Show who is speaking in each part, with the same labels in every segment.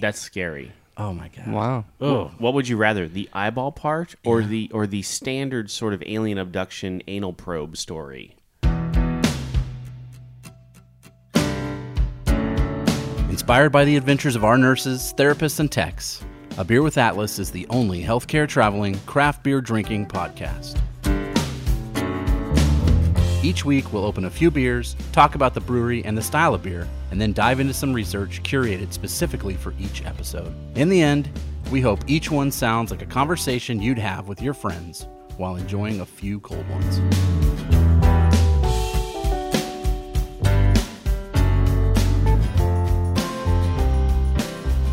Speaker 1: that's scary.
Speaker 2: Oh my god.
Speaker 3: Wow.
Speaker 1: Oh, what would you rather, the eyeball part or the or the standard sort of alien abduction anal probe story?
Speaker 2: Inspired by the adventures of our nurses, therapists, and techs, A Beer with Atlas is the only healthcare traveling, craft beer drinking podcast. Each week, we'll open a few beers, talk about the brewery and the style of beer, and then dive into some research curated specifically for each episode. In the end, we hope each one sounds like a conversation you'd have with your friends while enjoying a few cold ones.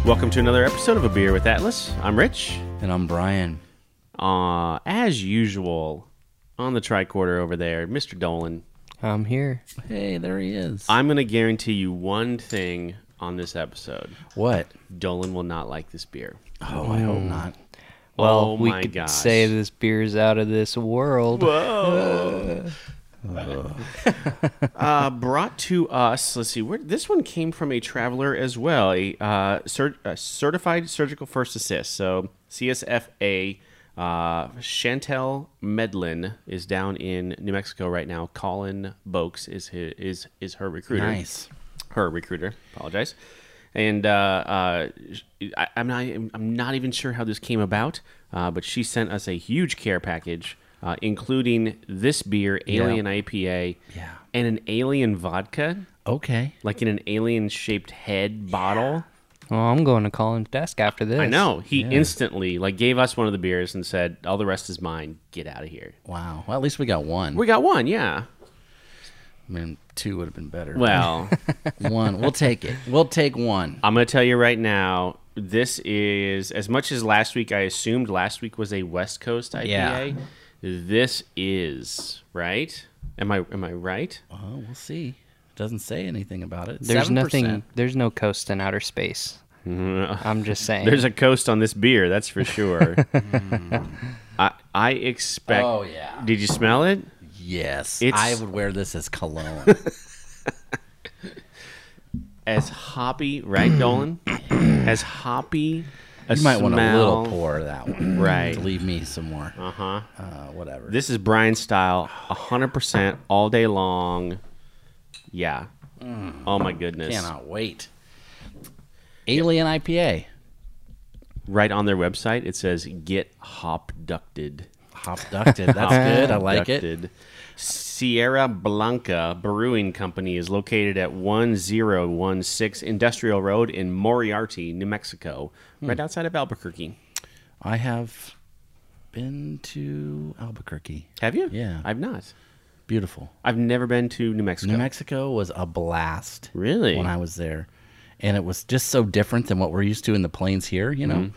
Speaker 1: Welcome to another episode of A Beer with Atlas. I'm Rich.
Speaker 2: And I'm Brian.
Speaker 1: Uh, as usual, on the tricorder over there, Mr. Dolan.
Speaker 3: I'm here.
Speaker 2: Hey, there he is.
Speaker 1: I'm going to guarantee you one thing on this episode.
Speaker 2: what?
Speaker 1: Dolan will not like this beer.
Speaker 2: Oh, I hope not.
Speaker 3: Well,
Speaker 1: oh
Speaker 3: we
Speaker 1: my
Speaker 3: could
Speaker 1: gosh.
Speaker 3: say this beer's out of this world.
Speaker 1: uh, brought to us. Let's see, where this one came from a traveler as well, a, uh, cer- a certified surgical first assist. So CSFA. Uh, Chantel Medlin is down in New Mexico right now. Colin Bokes is his, is is her recruiter.
Speaker 2: Nice.
Speaker 1: her recruiter. Apologize. And uh, uh, I, I'm not I'm not even sure how this came about, uh, but she sent us a huge care package, uh, including this beer, Alien IPA,
Speaker 2: Yeah.
Speaker 1: and an Alien vodka,
Speaker 2: Okay.
Speaker 1: like in an alien shaped head bottle.
Speaker 3: Well, I'm going to Colin's desk after this.
Speaker 1: I know he instantly like gave us one of the beers and said, "All the rest is mine. Get out of here."
Speaker 2: Wow. Well, at least we got one.
Speaker 1: We got one, yeah.
Speaker 2: I mean, two would have been better.
Speaker 1: Well,
Speaker 2: one. We'll take it. We'll take one.
Speaker 1: I'm going to tell you right now. This is as much as last week. I assumed last week was a West Coast IPA.
Speaker 2: Yeah.
Speaker 1: This is right. Am I am I right?
Speaker 2: Well, we'll see. Doesn't say anything about it.
Speaker 3: There's
Speaker 2: 7%.
Speaker 3: nothing. There's no coast in outer space. I'm just saying.
Speaker 1: There's a coast on this beer, that's for sure. Mm-hmm. I I expect.
Speaker 2: Oh, yeah.
Speaker 1: Did you smell it?
Speaker 2: Yes,
Speaker 1: It's-
Speaker 2: I would wear this as cologne.
Speaker 1: As hoppy, right, Dolan? As hoppy. A
Speaker 2: you might want a little
Speaker 1: smell-
Speaker 2: pour that one.
Speaker 1: Right.
Speaker 2: To leave me some more. Uh-huh. Whatever.
Speaker 1: This is Brian style, 100% all day long. Yeah.
Speaker 2: Mm.
Speaker 1: Oh my goodness.
Speaker 2: Cannot wait. Alien IPA.
Speaker 1: right on their website it says get hop ducted
Speaker 2: Hop ducted. That's good. I like it.
Speaker 1: Ducted. sierra blanca brewing company is located at 1016 industrial road in moriarty new mexico right
Speaker 2: Hmm.
Speaker 1: outside of albuquerque
Speaker 2: I have been to Albuquerque.
Speaker 1: have you
Speaker 2: Yeah.
Speaker 1: i've not
Speaker 2: Beautiful.
Speaker 1: i've never been to new mexico
Speaker 2: New Mexico was a blast.
Speaker 1: Really?
Speaker 2: When I was there. And it was just so different than what we're used to in the plains here, you know?
Speaker 1: Mm-hmm.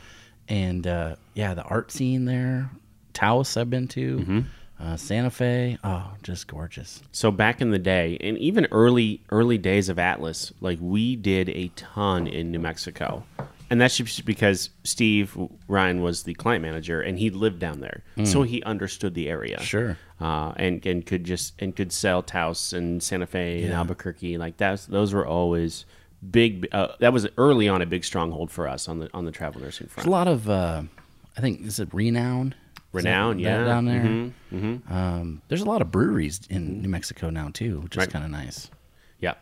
Speaker 2: And uh, yeah, the art scene there, Taos, I've been to,
Speaker 1: Mm-hmm.
Speaker 2: uh, Santa Fe. Oh, just gorgeous.
Speaker 1: so back in the day and even early early days of atlas like we did a ton in new mexico and that's just because steve ryan was the client manager and he lived down there so he understood the area
Speaker 2: Sure.
Speaker 1: uh, and and could just and could sell Taos and Santa Fe and Albuquerque like that's those were always big uh, that was early on a big stronghold for us on the on the travel nursing
Speaker 2: There's a
Speaker 1: front
Speaker 2: lot of, uh, I think, is it Renown? Is that-
Speaker 1: Renown,
Speaker 2: that
Speaker 1: yeah. Mm-hmm.
Speaker 2: Down there. Um, there's a lot of breweries in New Mexico now, too, which is kind of nice.
Speaker 1: yeah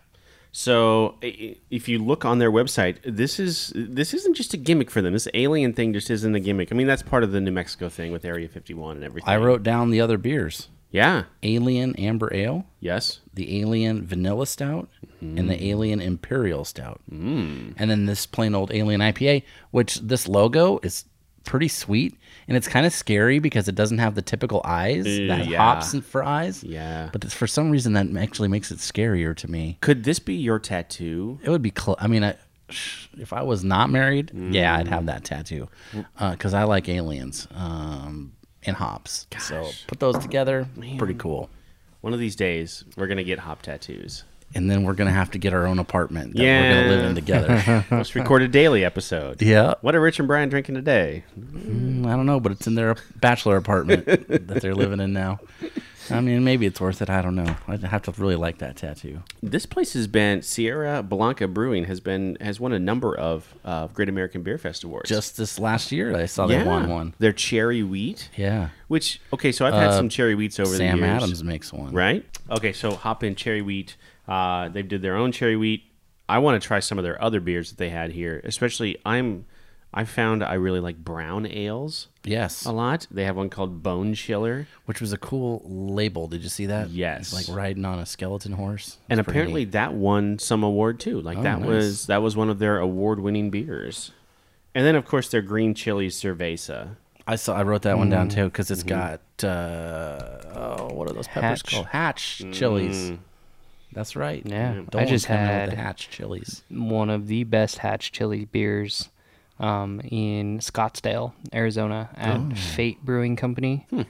Speaker 1: so i- i- if you look on their website this is this isn't just a gimmick for them this alien thing just isn't a gimmick I mean that's part of the New Mexico thing with Area 51 and everything
Speaker 2: I wrote down the other beers
Speaker 1: yeah
Speaker 2: Alien Amber Ale.
Speaker 1: yes
Speaker 2: the Alien Vanilla Stout and
Speaker 1: Mm.
Speaker 2: the Alien Imperial Stout. And then this plain old Alien IPA, which this logo is pretty sweet and it's kind of scary because it doesn't have the typical eyes that
Speaker 1: yeah.
Speaker 2: hops for eyes.
Speaker 1: Yeah.
Speaker 2: But it's- for some reason that actually makes it scarier to me.
Speaker 1: could this be your tattoo
Speaker 2: It would be cl- I mean I if I was not married, yeah, I'd have that tattoo
Speaker 1: Mm.
Speaker 2: because I like aliens um, and hops. So put those together, pretty cool.
Speaker 1: one of these days we're gonna get hop tattoos
Speaker 2: And then we're gonna have to get our own apartment that we're gonna live
Speaker 1: Yeah.
Speaker 2: in together.
Speaker 1: let's record a daily episode
Speaker 2: Yeah. Mm,
Speaker 1: what are Rich and Brian drinking today
Speaker 2: I don't know, but it's in their bachelor apartment that they're living in now. I mean, maybe it's worth it. I don't know. I'd have to really like that tattoo.
Speaker 1: This place has been Sierra Blanca Brewing has been has won a number of uh, Great American Beer Fest awards.
Speaker 2: Just this last year, I saw they won one.
Speaker 1: Their cherry wheat.
Speaker 2: Yeah.
Speaker 1: Which okay, so I've had some cherry wheats over
Speaker 2: Uh, Sam
Speaker 1: the years.
Speaker 2: Adams makes one.
Speaker 1: Right. Okay, so hop in cherry wheat. Uh, they did their own cherry wheat. I want to try some of their other beers that they had here. Especially, I'm I found I really like brown ales
Speaker 2: Yes.
Speaker 1: a lot. They have one called Bone Chiller,
Speaker 2: Which was a cool label. Did you see that?
Speaker 1: Yes.
Speaker 2: It's like riding on a skeleton horse.
Speaker 1: and
Speaker 2: It's pretty Oh,
Speaker 1: apparently that won some award too. Like that
Speaker 2: nice.
Speaker 1: was that was one of their award-winning beers. And then of course their green chili cerveza.
Speaker 2: neat. I saw. I wrote that one down too because it's got uh, oh, what are those peppers
Speaker 3: Hatch.
Speaker 2: called? Mm-hmm. Hatch Mm. chilies. That's right.
Speaker 3: Yeah.
Speaker 2: Dolan's
Speaker 3: I just
Speaker 2: coming out with the
Speaker 3: had-
Speaker 2: hatch chilies.
Speaker 3: One of the best Hatch Chili beers um, in Scottsdale, Arizona, at
Speaker 1: Oh.
Speaker 3: Fate Brewing Company.
Speaker 1: Hmm.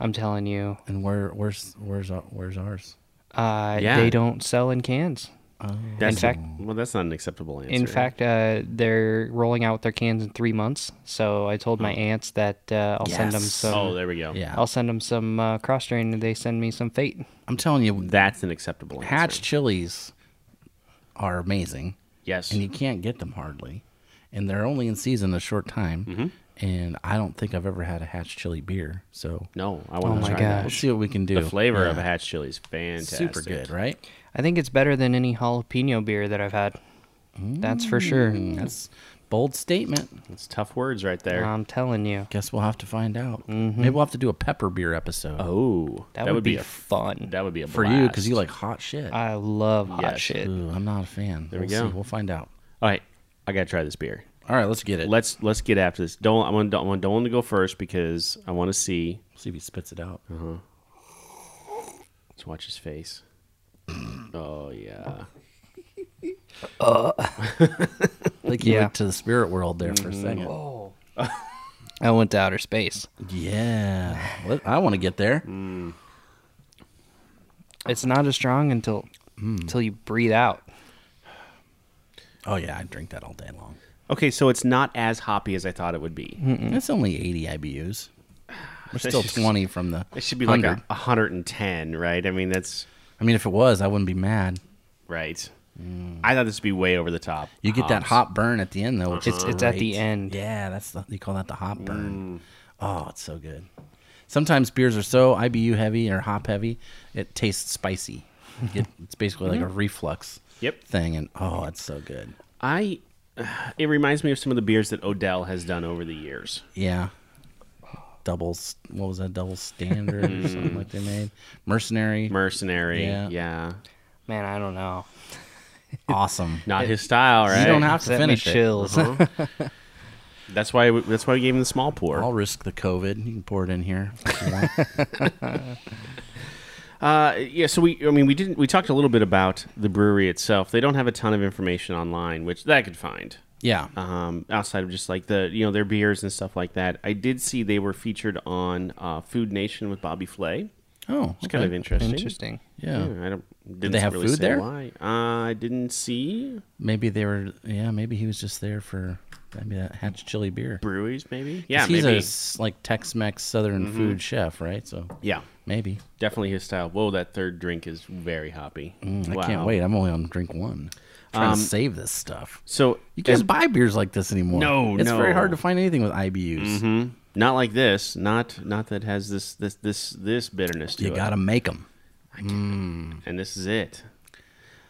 Speaker 3: I'm telling you,
Speaker 2: And where, where's, where's, our- where's ours?
Speaker 3: uh,
Speaker 1: Yeah.
Speaker 3: they don't sell in cans.
Speaker 2: Mm-hmm.
Speaker 1: That's,
Speaker 3: fact-
Speaker 1: well, that's not an acceptable answer.
Speaker 3: In fact, uh, they're rolling out their cans in three months. So I told my aunts that uh, I'll send them
Speaker 2: Yes.
Speaker 3: some.
Speaker 1: oh, there we go.
Speaker 2: Yeah.
Speaker 3: I'll send them some uh, cross strain, and they send me some Fate.
Speaker 2: I'm telling you,
Speaker 1: that's an acceptable answer.
Speaker 2: hatch chilies are amazing,
Speaker 1: Yes.
Speaker 2: and you can't get them hardly, and they're only in season a short time. And I don't think I've ever had a hatch chili beer, so
Speaker 1: No, I want to
Speaker 3: Oh my
Speaker 1: try
Speaker 3: gosh.
Speaker 1: that.
Speaker 2: we'll see what we can do.
Speaker 1: The flavor of a hatch chili is fantastic.
Speaker 2: super good, right?
Speaker 3: I think it's better than any jalapeno beer that I've had. That's for sure.
Speaker 2: That's bold statement.
Speaker 1: It's tough words right there.
Speaker 3: I'm telling you,
Speaker 2: Guess we'll have to find out. Maybe we'll have to do a pepper beer episode
Speaker 1: Mm-hmm. oh,
Speaker 3: that, would, be,
Speaker 1: a
Speaker 3: fun.
Speaker 1: that would be a
Speaker 2: for you because
Speaker 1: blast.
Speaker 2: you like hot shit.
Speaker 3: I love hot
Speaker 1: Yes.
Speaker 3: shit.
Speaker 2: Ooh, I'm not a fan. There
Speaker 1: we
Speaker 2: we'll
Speaker 1: go.
Speaker 2: See. We'll find out.
Speaker 1: All right, I gotta try this beer.
Speaker 2: All right, let's get it.
Speaker 1: Let's let's get after this. Don't I want I want Dolan to go first because I want to see.
Speaker 2: see if he spits it out.
Speaker 1: Uh-huh. Let's watch his face. Oh yeah,
Speaker 2: I think he
Speaker 3: Yeah.
Speaker 2: went to the spirit world there for a
Speaker 1: Mm-hmm.
Speaker 2: second.
Speaker 3: I went to outer space.
Speaker 2: Yeah, Let- I want to get there.
Speaker 3: It's not as strong until until you breathe out.
Speaker 2: Oh yeah, I drink that all day long.
Speaker 1: Okay, so it's not as hoppy as I thought it would be.
Speaker 2: That's only 80 IBUs. We're still
Speaker 1: should-
Speaker 2: 20 from the.
Speaker 1: It should be
Speaker 2: 100.
Speaker 1: like a, 110, right? I mean, that's
Speaker 2: I mean, if it was, I wouldn't be mad.
Speaker 1: right.
Speaker 3: Mm.
Speaker 1: I thought this would be way over the top.
Speaker 2: You get that
Speaker 3: Oh,
Speaker 1: Hops. Uh-huh.
Speaker 2: hop burn at the end though. Which is
Speaker 3: It's- it's at the
Speaker 2: great.
Speaker 3: end.
Speaker 2: Yeah, that's the, they call that the hop
Speaker 1: Mm.
Speaker 2: burn. Oh, it's so good. Sometimes beers are so IBU heavy or hop heavy, it tastes spicy. It- it's basically like a reflux
Speaker 1: Mm-hmm. Yep.
Speaker 2: thing, and oh, it's so good.
Speaker 1: I. It reminds me of some of the beers that Odell has done over the years.
Speaker 2: Yeah. Double, s- what was that? Double standard or
Speaker 1: Mm.
Speaker 2: something like they made. Mercenary,
Speaker 1: Mercenary,
Speaker 2: Yeah.
Speaker 1: yeah,
Speaker 3: Man, I don't know.
Speaker 2: awesome.
Speaker 1: not his style, right?
Speaker 2: You don't have to
Speaker 3: Sent me
Speaker 2: finish it.
Speaker 3: chills.
Speaker 1: That's why we, that's why we gave him the small pour.
Speaker 2: I'll risk the COVID. You can pour it in here. if you want.
Speaker 1: Uh, yeah, so we I mean we didn't we talked a little bit about the brewery itself. They don't have a ton of information online, which that I could find.
Speaker 2: yeah.
Speaker 1: Um, outside of just like the you know their beers and stuff like that. I did see they were featured on uh, Food Nation with Bobby Flay.
Speaker 2: Oh,
Speaker 1: It's kind of interesting.
Speaker 3: Interesting.
Speaker 2: Yeah.
Speaker 1: I don't didn't
Speaker 2: have
Speaker 1: really
Speaker 2: food
Speaker 1: say
Speaker 2: there?
Speaker 1: why. Uh, I didn't see
Speaker 2: Maybe they were. Yeah. Maybe he was just there for maybe that hatch chili beer.
Speaker 1: breweries maybe. Yeah,
Speaker 2: 'Cause he's a
Speaker 1: maybe. Mm-hmm.
Speaker 2: s- like Tex-Mex Southern food chef, right? So
Speaker 1: yeah.
Speaker 2: maybe.
Speaker 1: Definitely his style. Whoa, that third drink is very hoppy.
Speaker 2: Mm, I can't wait. I'm only on drink one. Trying
Speaker 1: Um,
Speaker 2: to save this stuff.
Speaker 1: So
Speaker 2: You
Speaker 1: as-
Speaker 2: can't buy beers like this anymore.
Speaker 1: No,
Speaker 2: it's very
Speaker 1: no. Mm-hmm.
Speaker 2: hard to find anything with IBUs.
Speaker 1: Not like this. Not not that has this this this this bitterness to
Speaker 2: You
Speaker 1: it.
Speaker 2: gotta make them.
Speaker 1: and this is it.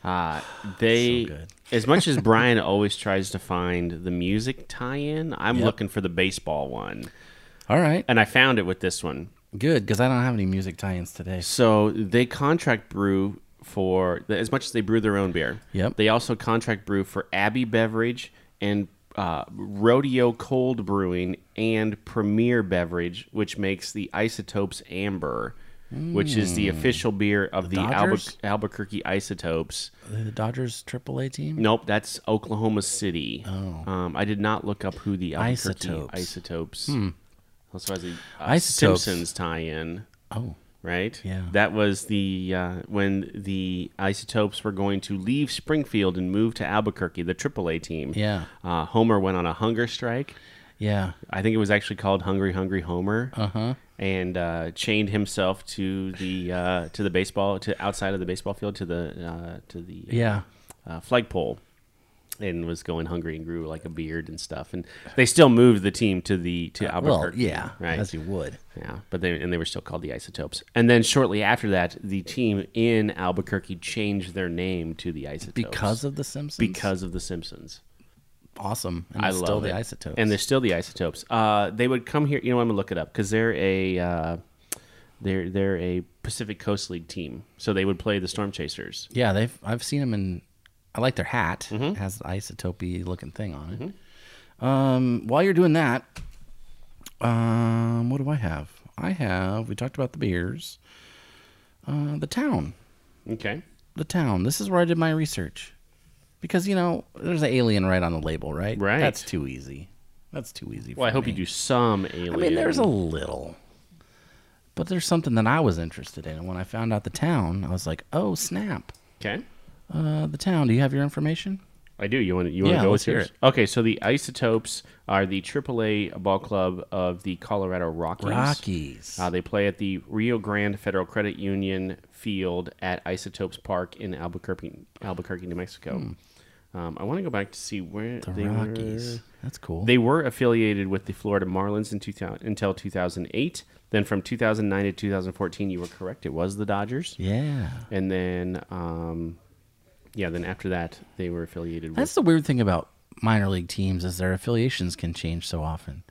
Speaker 1: Uh, they
Speaker 2: good.
Speaker 1: as much as Brian always tries to find the music tie-in, I'm
Speaker 2: Yep.
Speaker 1: looking for the baseball one,
Speaker 2: All right,
Speaker 1: and I found it with this one.
Speaker 2: good because I don't have any music tie-ins today.
Speaker 1: So they contract brew for as much as they brew their own beer.
Speaker 2: Yep.
Speaker 1: They also contract brew for Abbey Beverage and uh, Rodeo Cold Brewing and Premier Beverage, which makes the Isotopes Amber, which is the official beer of the,
Speaker 2: Hmm. Dodgers?
Speaker 1: Albu- Albuquerque Isotopes.
Speaker 2: The Dodgers AAA team.
Speaker 1: Nope, that's Oklahoma City. Oh. Um, I did not look up who the Albuquerque
Speaker 2: Isotopes. Hmm.
Speaker 1: Isotopes. Also has a uh,
Speaker 2: Isotopes.
Speaker 1: Simpsons tie-in
Speaker 2: Oh,
Speaker 1: right?
Speaker 2: Yeah.
Speaker 1: That was the uh, when the Isotopes were going to leave Springfield and move to Albuquerque, the AAA team.
Speaker 2: Yeah.
Speaker 1: Uh, Homer went on a hunger strike.
Speaker 2: yeah. Uh-huh.
Speaker 1: I think it was actually called Hungry Hungry Homer. Uh huh. and uh, chained himself to the uh, to the baseball to outside of the baseball field to the uh, to the
Speaker 2: Yeah.
Speaker 1: uh, flagpole and was going hungry and grew like a beard and stuff. And they still moved the team to the to
Speaker 2: Uh, Well,
Speaker 1: Albuquerque.
Speaker 2: yeah,
Speaker 1: right.
Speaker 2: as you would.
Speaker 1: Yeah, but they and they were still called the Isotopes. And then shortly after that, the team in Albuquerque changed their name to the Isotopes
Speaker 2: Because of the Simpsons?
Speaker 1: because of the Simpsons.
Speaker 2: awesome. And
Speaker 1: I
Speaker 2: it's
Speaker 1: love
Speaker 2: still
Speaker 1: it.
Speaker 2: the isotopes.
Speaker 1: and they're still the Isotopes. Uh, they would come here. You know, what, I'm gonna look it up because they're a uh, they're they're a Pacific Coast League team, so they would play the Storm Chasers.
Speaker 2: yeah, they've I've seen them in I like their hat.
Speaker 1: Mm-hmm.
Speaker 2: It has the isotope looking thing on it. Um, while you're doing that, um, what do I have? I have we talked about the beers. Uh, the town.
Speaker 1: Okay.
Speaker 2: the town. This is where I did my research. Because you know, there's an alien right on the label, right?
Speaker 1: Right.
Speaker 2: That's too easy. That's too easy.
Speaker 1: Well, I
Speaker 2: for
Speaker 1: hope
Speaker 2: me.
Speaker 1: you do some alien.
Speaker 2: I mean, there's a little, but there's something that I was interested in, and when I found out the town, I was like, "Oh snap!
Speaker 1: okay.
Speaker 2: Uh, the town. Do you have your information?"
Speaker 1: I do. You want to you want
Speaker 2: Yeah,
Speaker 1: to go
Speaker 2: let's
Speaker 1: with
Speaker 2: hear
Speaker 1: yours? Okay, so the Isotopes are the AAA ball club of the Colorado Rockies.
Speaker 2: Rockies.
Speaker 1: Uh, they play at the Rio Grande Federal Credit Union Field at Isotopes Park in Albuquerque, Albuquerque, New Mexico. Um, I want to go back to see where
Speaker 2: Hmm. the
Speaker 1: they
Speaker 2: Rockies.
Speaker 1: were.
Speaker 2: That's cool.
Speaker 1: They were affiliated with the Florida Marlins in 2000, until 2008. Then from 2009 to 2014, you were correct. It was the Dodgers.
Speaker 2: yeah.
Speaker 1: And then, um, yeah, then after that, they were affiliated with.
Speaker 2: That's the weird thing about minor league teams is their affiliations can change so often.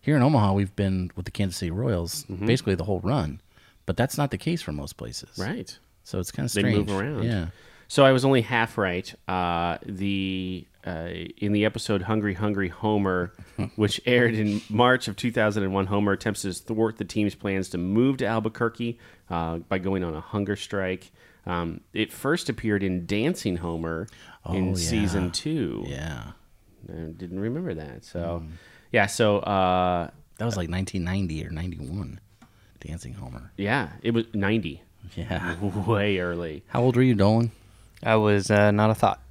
Speaker 2: Here in Omaha, we've been with the Kansas City Royals
Speaker 1: Mm-hmm.
Speaker 2: basically the whole run, but that's not the case for most places.
Speaker 1: Right.
Speaker 2: So it's kind of
Speaker 1: They
Speaker 2: strange.
Speaker 1: move around.
Speaker 2: Yeah.
Speaker 1: So I was only half right. Uh, the uh, in the episode "Hungry Hungry Homer," which aired in March of 2001, Homer attempts to thwart the team's plans to move to Albuquerque uh, by going on a hunger strike. Um, it first appeared in Dancing Homer in
Speaker 2: Oh, yeah.
Speaker 1: season two.
Speaker 2: Yeah. Hmm.
Speaker 1: I didn't remember that. So, yeah. So. Uh,
Speaker 2: That was like 1990 or 91. Dancing Homer.
Speaker 1: yeah, it was 90,
Speaker 2: Yeah.
Speaker 1: Mm-hmm. way early.
Speaker 2: How old were you, Dolan?
Speaker 3: I was uh, not a thought.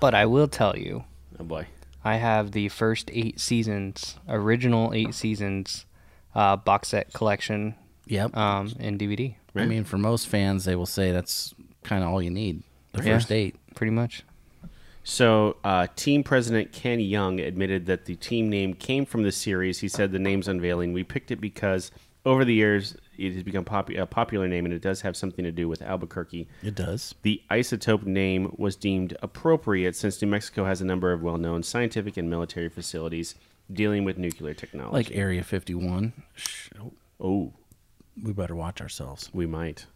Speaker 3: But I will tell you,
Speaker 1: Oh boy.
Speaker 3: I have the first eight seasons, original eight seasons, uh, box set collection
Speaker 2: Yep.
Speaker 3: um, in DVD,
Speaker 2: I Uh, mean, for most fans, they will say that's kind of all you need. The
Speaker 3: Yeah.
Speaker 2: first date.
Speaker 3: pretty much.
Speaker 1: So, uh, team president Ken Young admitted that the team name came from the series. He said the name's unveiling. We picked it because over the years it has become popu- a popular name, and it does have something to do with Albuquerque.
Speaker 2: It does.
Speaker 1: The isotope name was deemed appropriate since New Mexico has a number of well-known scientific and military facilities dealing with nuclear technology.
Speaker 2: Like Area 51. Shh,
Speaker 1: oh,
Speaker 2: we better watch ourselves.
Speaker 1: we might.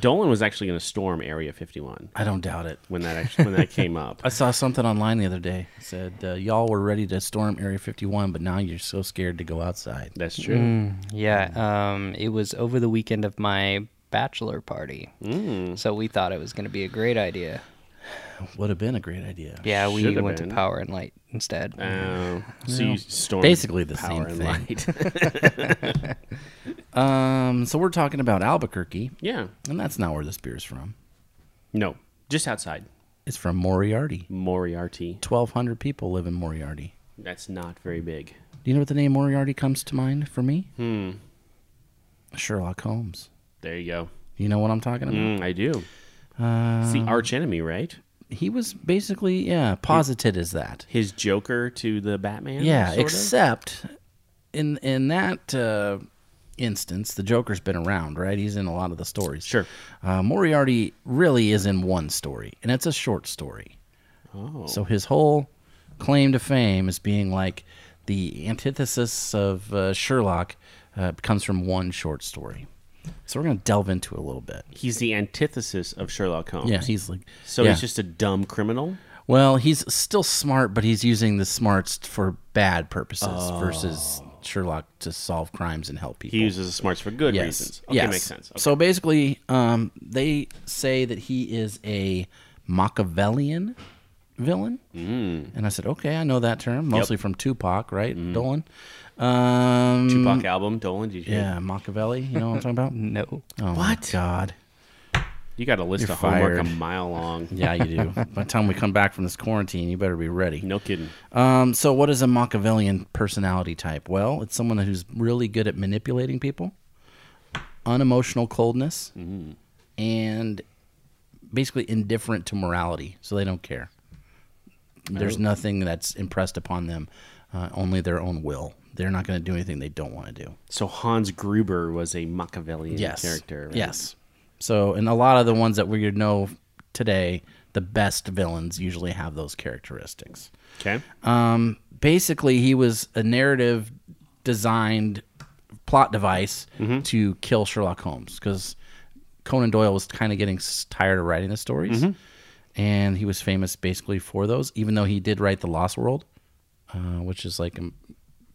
Speaker 1: Dolan was actually going to storm Area 51
Speaker 2: I don't doubt it.
Speaker 1: when that actually, when that came up.
Speaker 2: I saw something online the other day. It said uh, y'all were ready to storm Area 51, but now you're so scared to go outside.
Speaker 1: That's true.
Speaker 2: Mm.
Speaker 3: Yeah, um, it was over the weekend of my bachelor party, mm. so we thought it was going to be a great idea.
Speaker 2: Would have been a great idea.
Speaker 3: Yeah, we
Speaker 1: Should've
Speaker 3: went
Speaker 1: been.
Speaker 3: to Power and Light instead.
Speaker 1: Oh, so you stormed
Speaker 2: basically the
Speaker 1: power
Speaker 2: same
Speaker 1: and light.
Speaker 2: Um. So we're talking about Albuquerque,
Speaker 1: yeah.
Speaker 2: and that's not where this beer's from.
Speaker 1: No, just outside
Speaker 2: It's from Moriarty.
Speaker 1: Moriarty.
Speaker 2: 1,200 people live in Moriarty.
Speaker 1: That's not very big.
Speaker 2: Do you know what the name Moriarty comes to mind for me? Hmm. Sherlock Holmes.
Speaker 1: There you go.
Speaker 2: You know what I'm talking about?
Speaker 1: Mm, I do. it's
Speaker 2: Um,
Speaker 1: the arch enemy, right?
Speaker 2: He was basically, yeah, posited as that.
Speaker 1: His Joker to the Batman.
Speaker 2: Yeah,
Speaker 1: sort of?
Speaker 2: except in in that uh, instance, the Joker's been around, right? He's in a lot of the stories.
Speaker 1: Sure.
Speaker 2: Uh, Moriarty really is in one story, and it's a short story.
Speaker 1: Oh.
Speaker 2: So his whole claim to fame is being like the antithesis of uh, Sherlock uh, comes from one short story. So we're going to delve into it a little bit.
Speaker 1: he's the antithesis of Sherlock Holmes.
Speaker 2: Yeah, he's like
Speaker 1: So
Speaker 2: yeah.
Speaker 1: he's just a dumb criminal.
Speaker 2: well, he's still smart, but he's using the smarts for bad purposes
Speaker 1: Oh.
Speaker 2: versus Sherlock to solve crimes and help people.
Speaker 1: He uses his smarts for good
Speaker 2: yes.
Speaker 1: reasons. Okay,
Speaker 2: yes.
Speaker 1: makes sense. Okay.
Speaker 2: So basically, um, they say that he is a Machiavellian villain.
Speaker 1: Hmm.
Speaker 2: Mm. And I said, okay, I know that term, mostly from Tupac, right? Dolan. Um,
Speaker 1: Tupac album, Dolan. Did you?
Speaker 2: Yeah, Machiavelli. You know what I'm talking about?
Speaker 3: no,
Speaker 2: Oh, what? God.
Speaker 1: You got a list
Speaker 2: You're
Speaker 1: of homework
Speaker 2: fired.
Speaker 1: a mile long.
Speaker 2: Yeah, you do. By the time we come back from this quarantine, you better be ready.
Speaker 1: No kidding.
Speaker 2: Um, so, what is a Machiavellian personality type? Well, it's someone who's really good at manipulating people, unemotional coldness, and basically indifferent to morality. So they don't care. There's nothing that's impressed upon them, uh, only their own will. They're not going to do anything they don't want to do.
Speaker 1: So Hans Gruber was a Machiavellian character. right?
Speaker 2: Yes. So, and a lot of the ones that we know today, the best villains usually have those characteristics.
Speaker 1: Okay.
Speaker 2: Um, basically, he was a narrative designed plot device
Speaker 1: Mm-hmm.
Speaker 2: to kill Sherlock Holmes because Conan Doyle was kind of getting s- tired of writing the stories.
Speaker 1: Mm-hmm.
Speaker 2: And he was famous basically for those, even though he did write The Lost World, uh, which is like um,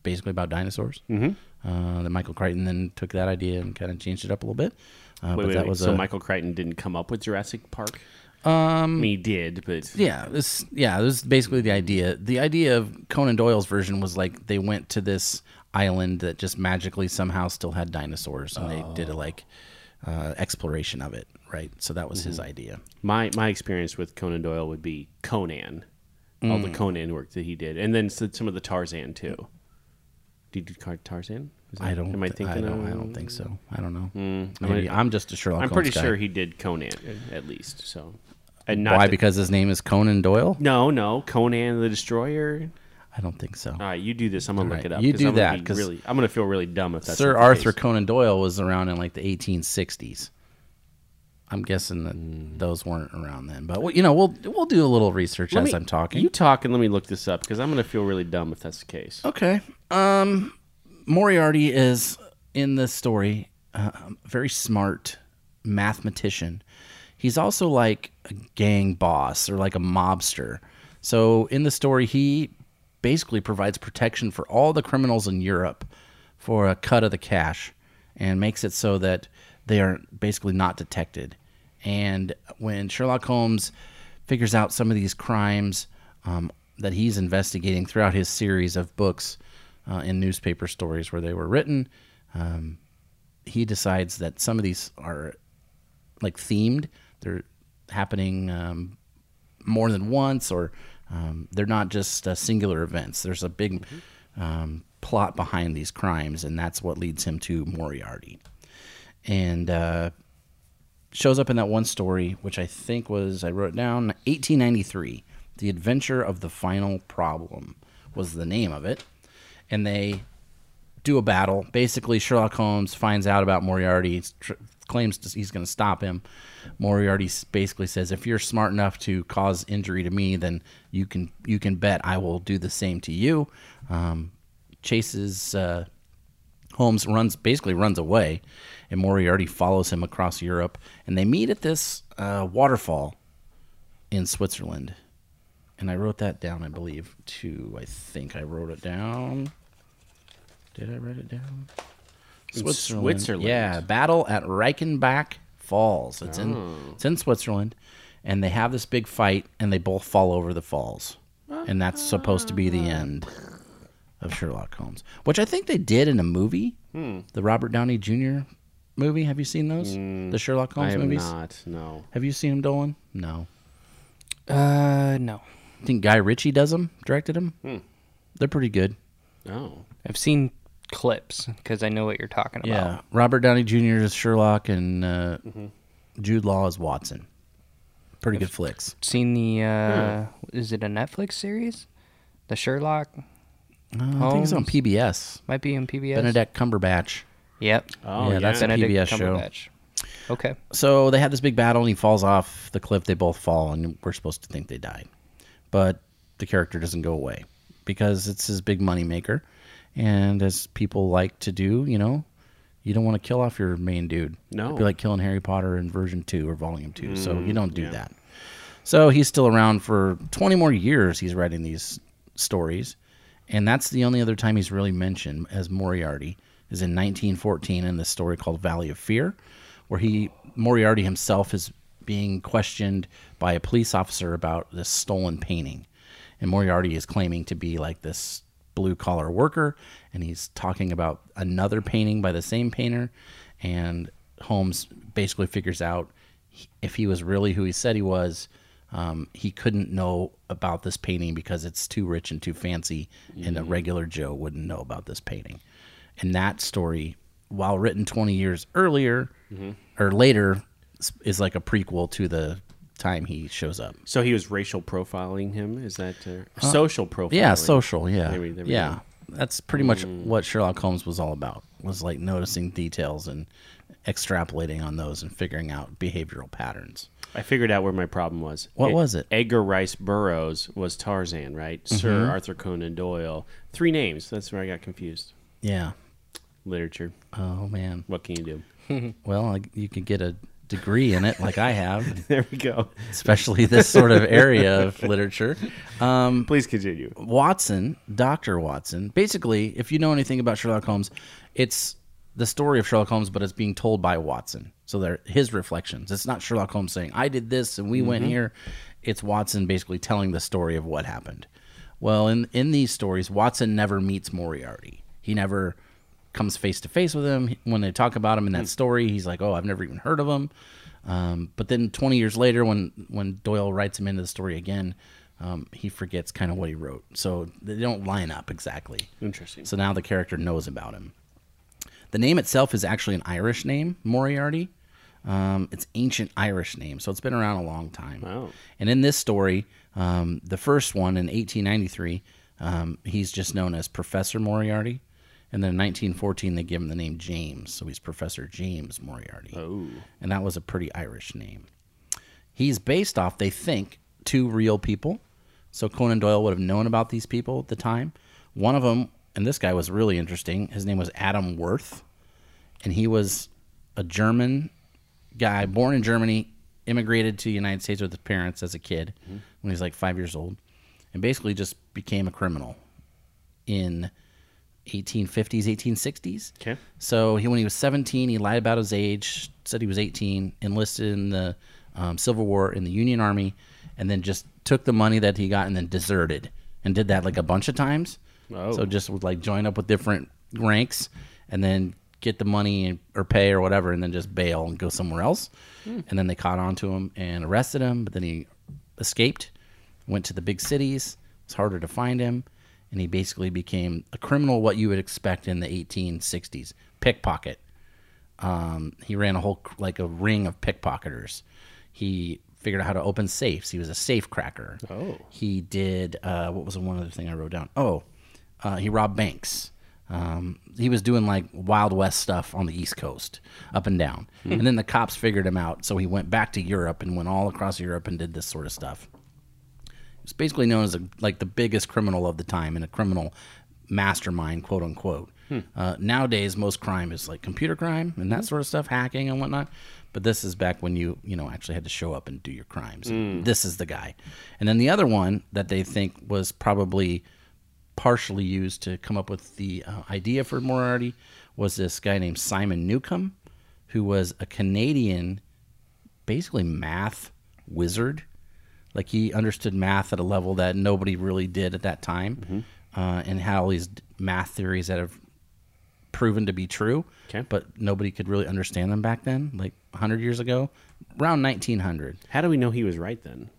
Speaker 2: basically about dinosaurs. Mm-hmm. Uh, that Michael Crichton then took that idea and kind of changed it up a little bit. Uh,
Speaker 1: Wait,
Speaker 2: but
Speaker 1: wait,
Speaker 2: that
Speaker 1: wait.
Speaker 2: was
Speaker 1: so
Speaker 2: a,
Speaker 1: Michael Crichton didn't come up with Jurassic Park. Um, he did, but
Speaker 2: Yeah, this yeah, this is basically the idea. The idea of Conan Doyle's version was like they went to this island that just magically somehow still had dinosaurs, and they
Speaker 1: Oh.
Speaker 2: did a like uh, exploration of it, right? So that was his
Speaker 1: Mm-hmm.
Speaker 2: idea.
Speaker 1: my my experience with Conan Doyle would be Conan, all
Speaker 2: Mm.
Speaker 1: the Conan work that he did, and then s- some of the Tarzan too. Did you do Tarzan? Is that-
Speaker 2: I don't.
Speaker 1: Am I thinking?
Speaker 2: don't,
Speaker 1: of- Hmm,
Speaker 2: I don't think so. I don't know. Maybe I'm just a Sherlock.
Speaker 1: I'm
Speaker 2: Holmes
Speaker 1: pretty
Speaker 2: guy.
Speaker 1: sure he did Conan at- at least. So, and not
Speaker 2: Why?
Speaker 1: that-
Speaker 2: Because his name is Conan Doyle.
Speaker 1: no, no, Conan the Destroyer.
Speaker 2: I don't think so.
Speaker 1: All right, you do this. I'm gonna look
Speaker 2: right,
Speaker 1: it up.
Speaker 2: you
Speaker 1: 'cause
Speaker 2: do
Speaker 1: I'm gonna
Speaker 2: that,
Speaker 1: be
Speaker 2: 'cause
Speaker 1: Really, I'm gonna feel really dumb if that's
Speaker 2: Sir
Speaker 1: not the
Speaker 2: Arthur
Speaker 1: case.
Speaker 2: Conan Doyle was around in like the 1860s. I'm guessing that
Speaker 1: Hmm.
Speaker 2: those weren't around then, but well, you know, we'll we'll do a little research
Speaker 1: Let
Speaker 2: as
Speaker 1: me-
Speaker 2: I'm talking.
Speaker 1: You talk and let me look this up because I'm gonna feel really dumb if that's the case.
Speaker 2: Okay. Um, Moriarty is in this story uh, a very smart mathematician. He's also like a gang boss or like a mobster. So in the story, he basically provides protection for all the criminals in Europe for a cut of the cash and makes it so that they are basically not detected. And when Sherlock Holmes figures out some of these crimes um, that he's investigating throughout his series of books uh, in newspaper stories where they were written, um, he decides that some of these are like themed. They're happening um, more than once, or um, they're not just uh, singular events. There's a big um, plot behind these crimes, and that's what leads him to Moriarty. And uh, shows up in that one story, which I think was I wrote down 1893. The Adventure of the Final Problem was the name of it, and they do a battle. Basically, Sherlock Holmes finds out about Moriarty, tr- claims to- he's going to stop him. Moriarty s- basically says, "If you're smart enough to cause injury to me, then you can you can bet I will do the same to you." Um, chases uh, Holmes runs basically runs away, and Moriarty follows him across Europe, and they meet at this uh, waterfall in Switzerland. And I wrote that down, I believe, too. I think I wrote it down. Did I write it down?
Speaker 1: Switzerland.
Speaker 2: Yeah, battle at Reichenbach Falls. It's in it's in Switzerland, and they have this big fight, and they both fall over the falls, and that's supposed to be the end of Sherlock Holmes, which I think they did in a movie, the Robert Downey Jr. movie. Have you seen those? the Sherlock
Speaker 1: I
Speaker 2: Holmes
Speaker 1: have
Speaker 2: movies.
Speaker 1: not. No.
Speaker 2: Have you seen him, Dolan? No.
Speaker 3: Uh, no.
Speaker 2: I think Guy Ritchie does them. Directed them. They're pretty good.
Speaker 1: Oh.
Speaker 3: I've seen clips because I know what you're talking about.
Speaker 2: Yeah, Robert Downey Jr. is Sherlock, and uh, Jude Law is Watson. Pretty good flicks.
Speaker 3: Seen the uh, is it a Netflix series? The Sherlock
Speaker 2: Uh, I think it's on
Speaker 3: Holmes.
Speaker 2: PBS.
Speaker 3: might be in PBS.
Speaker 2: Benedict Cumberbatch.
Speaker 3: Yep.
Speaker 1: Oh,
Speaker 2: Yeah, that's a
Speaker 3: Benedict
Speaker 2: PBS show.
Speaker 3: Cumberbatch. Okay.
Speaker 2: So they have this big battle, and he falls off the cliff. They both fall, and we're supposed to think they died, but the character doesn't go away because it's his big moneymaker. And as people like to do, you know, you don't want to kill off your main dude.
Speaker 1: No.
Speaker 2: It'd be like killing Harry Potter in version two or volume two. so you don't do that. So he's still around for 20 more years. He's writing these stories. And that's the only other time he's really mentioned as Moriarty is in 1914 in this story called Valley of Fear, where he Moriarty himself is being questioned by a police officer about this stolen painting. And Moriarty is claiming to be like this blue collar worker, and he's talking about another painting by the same painter. And Holmes basically figures out he- if he was really who he said he was, um, he couldn't know about this painting because it's too rich and too fancy, and a regular Joe wouldn't know about this painting. And that story, while written 20 years earlier or later, s- is like a prequel to the time he shows up.
Speaker 1: So he was racial profiling him. Is that uh, social profiling?
Speaker 2: Yeah, social. Yeah,
Speaker 1: There we- there we
Speaker 2: yeah.
Speaker 1: go. Mm.
Speaker 2: That's pretty much what Sherlock Holmes was all about. Was like noticing details and extrapolating on those and figuring out behavioral patterns.
Speaker 1: I figured out where my problem was. E
Speaker 2: What was it? Mm-hmm.
Speaker 1: Edgar Rice Burroughs was Tarzan, right? Sir Arthur Conan Doyle. Three names. That's where I got confused.
Speaker 2: Yeah.
Speaker 1: Literature.
Speaker 2: Oh man.
Speaker 1: What can you do?
Speaker 2: Well, like, you could get a degree in it, like I have,
Speaker 1: There we go.
Speaker 2: especially this sort of area of literature. Um,
Speaker 1: Please continue.
Speaker 2: Watson, Doctor Watson. Basically, if you know anything about Sherlock Holmes, it's the story of Sherlock Holmes, but it's being told by Watson. So they're his reflections. It's not Sherlock Holmes saying, "I did this and we went here." It's Watson basically telling the story of what happened. Well, in in these stories, Watson never meets Moriarty. He never comes face to face with him. When they talk about him in that story, he's like, "Oh, I've never even heard of him." Um, but then 20 years later, when when Doyle writes him into the story again, um, he forgets kind of what he wrote. So they don't line up exactly.
Speaker 1: Interesting.
Speaker 2: So now the character knows about him. The name itself is actually an Irish name, Moriarty. Um, it's ancient Irish name, so it's been around a long time.
Speaker 1: Wow.
Speaker 2: And in this story, um, the first one in 1893, um, he's just known as Professor Moriarty. And then in 1914, they give him the name James, so he's Professor James Moriarty.
Speaker 1: Oh.
Speaker 2: And that was a pretty Irish name. He's based off, they think, two real people. So Conan Doyle would have known about these people at the time. One of them, and this guy was really interesting, his name was Adam Worth and he was a German guy born in Germany, immigrated to the United States with his parents as a kid when he was like five years old, and basically just became a criminal in 1850s, 1860s.
Speaker 1: Okay.
Speaker 2: So he, when he was 17, he lied about his age, said he was 18, enlisted in the um, Civil War in the Union Army, and then just took the money that he got and then deserted and did that like a bunch of times.
Speaker 1: Oh.
Speaker 2: So just would like join up with different ranks and then get the money and, or pay or whatever and then just bail and go somewhere else.
Speaker 1: Hmm.
Speaker 2: And then they caught on to him and arrested him, but then he escaped, went to the big cities. It's harder to find him. And he basically became a criminal, what you would expect in the 1860s pickpocket. Um, he ran a whole like a ring of pickpocketers. He figured out how to open safes. He was a safe cracker.
Speaker 1: Oh.
Speaker 2: He did uh, what was the one other thing I wrote down? Oh, uh, he robbed banks. Um, he was doing like Wild West stuff on the East Coast, up and down. And then the cops figured him out, so he went back to Europe and went all across Europe and did this sort of stuff. He was basically known as a, like the biggest criminal of the time and a criminal mastermind, quote unquote. Uh, nowadays, most crime is like computer crime and that sort of stuff, hacking and whatnot. But this is back when you you know actually had to show up and do your crimes. This is the guy. And then the other one that they think was probably partially used to come up with the uh, idea for Moriarty was this guy named Simon Newcomb, who was a Canadian basically math wizard. Like he understood math at a level that nobody really did at that time, uh, and had all these d- math theories that have proven to be true,
Speaker 1: Okay.
Speaker 2: but nobody could really understand them back then, like 100 years ago, around 1900.
Speaker 1: How do we know he was right then?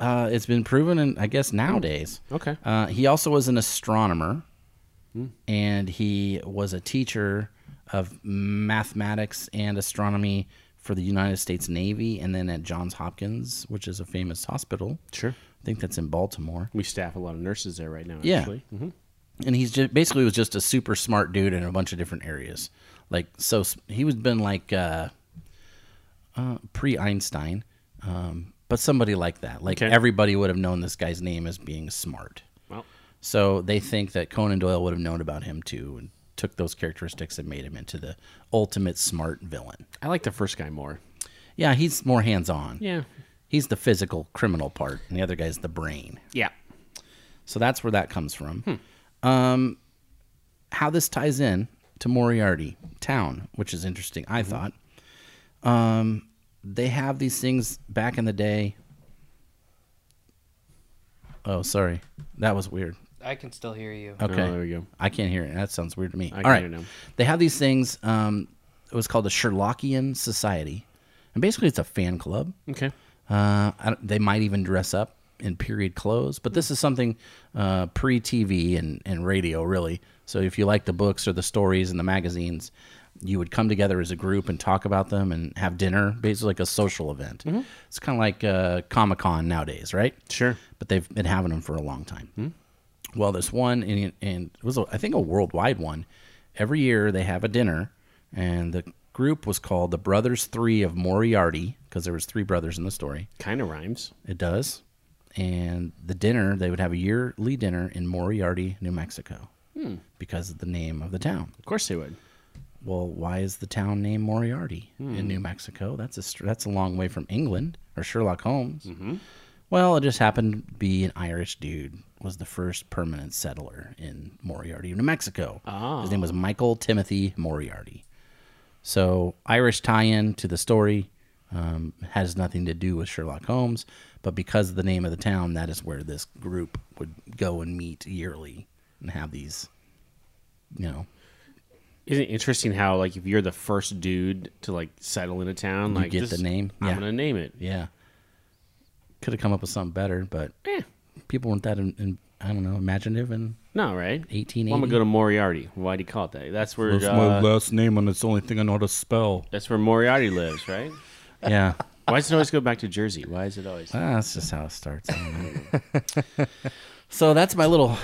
Speaker 2: Uh, it's been proven, and I guess nowadays.
Speaker 1: Okay.
Speaker 2: Uh, he also was an astronomer, and he was a teacher of mathematics and astronomy for the United States Navy, and then at Johns Hopkins, which is a famous hospital.
Speaker 1: Sure.
Speaker 2: I think that's in Baltimore.
Speaker 1: We staff a lot of nurses there right now.
Speaker 2: Yeah.
Speaker 1: Actually. Mhm.
Speaker 2: And he's just, basically was just a super smart dude in a bunch of different areas. Like so, s- he was been like uh, uh, pre Einstein, um, but somebody like that. Like
Speaker 1: Okay.
Speaker 2: everybody would have known this guy's name as being smart.
Speaker 1: Well,
Speaker 2: So they think that Conan Doyle would have known about him too and took those characteristics and made him into the ultimate smart villain.
Speaker 1: I like the first guy more.
Speaker 2: Yeah, he's more hands on.
Speaker 1: Yeah.
Speaker 2: He's the physical criminal part, and the other guy's the brain.
Speaker 1: Yeah.
Speaker 2: So that's where that comes from.
Speaker 1: Hmm.
Speaker 2: Um, how this ties in to Moriarty Town, which is interesting, I
Speaker 1: Mm-hmm.
Speaker 2: thought. Um, they have these things back in the day. Oh, sorry. That was weird.
Speaker 3: I can still hear you.
Speaker 2: Okay.
Speaker 1: Oh, there we go.
Speaker 2: I can't hear it. That sounds weird to me.
Speaker 1: I
Speaker 2: All
Speaker 1: can
Speaker 2: right.
Speaker 1: hear now.
Speaker 2: They have these things. Um, it was called the Sherlockian Society. And basically, it's a fan club.
Speaker 1: Okay.
Speaker 2: Uh, I don't- they might even dress up in period clothes, but this is something uh, pre TV and, and radio, really. So if you like the books or the stories and the magazines, you would come together as a group and talk about them and have dinner, basically like a social event. It's kind of like uh, Comic Con nowadays, right?
Speaker 1: Sure.
Speaker 2: But they've been having them for a long time. Well, this one, and, and it was, a, I think, a worldwide one. Every year they have a dinner, and the group was called the Brothers Three of Moriarty because there was three brothers in the story.
Speaker 1: Kind of rhymes.
Speaker 2: It does. And the dinner, they would have a yearly dinner in Moriarty, New Mexico, because of the name of the town.
Speaker 1: Of course they would.
Speaker 2: Well, why is the town named Moriarty in New Mexico? That's a str- that's a long way from England or Sherlock Holmes. Well, it just happened to be an Irish dude was the first permanent settler in Moriarty, New Mexico.
Speaker 1: Ah.
Speaker 2: His name was Michael Timothy Moriarty. So Irish tie-in to the story um, has nothing to do with Sherlock Holmes, but because of the name of the town, that is where this group would go and meet yearly and have these, you know,
Speaker 1: Isn't it interesting how like if you're the first dude to like settle in a town, like
Speaker 2: get
Speaker 1: this-
Speaker 2: the name.
Speaker 1: I'm
Speaker 2: Yeah.
Speaker 1: gonna name it.
Speaker 2: Yeah. Could have come up with something better, but
Speaker 1: Yeah.
Speaker 2: people weren't that, in, in- I don't know, imaginative and
Speaker 1: No, right? Well, I'm
Speaker 2: 1880.
Speaker 1: gonna go to Moriarty. Why do you call it that? That's where uh,
Speaker 2: last name, and it's the only thing I know how to spell.
Speaker 1: that's where Moriarty lives, right?
Speaker 2: Yeah.
Speaker 1: Why does it always go back to Jersey? Why is it always?
Speaker 2: Ah, that's just how it starts. I don't know. so that's my little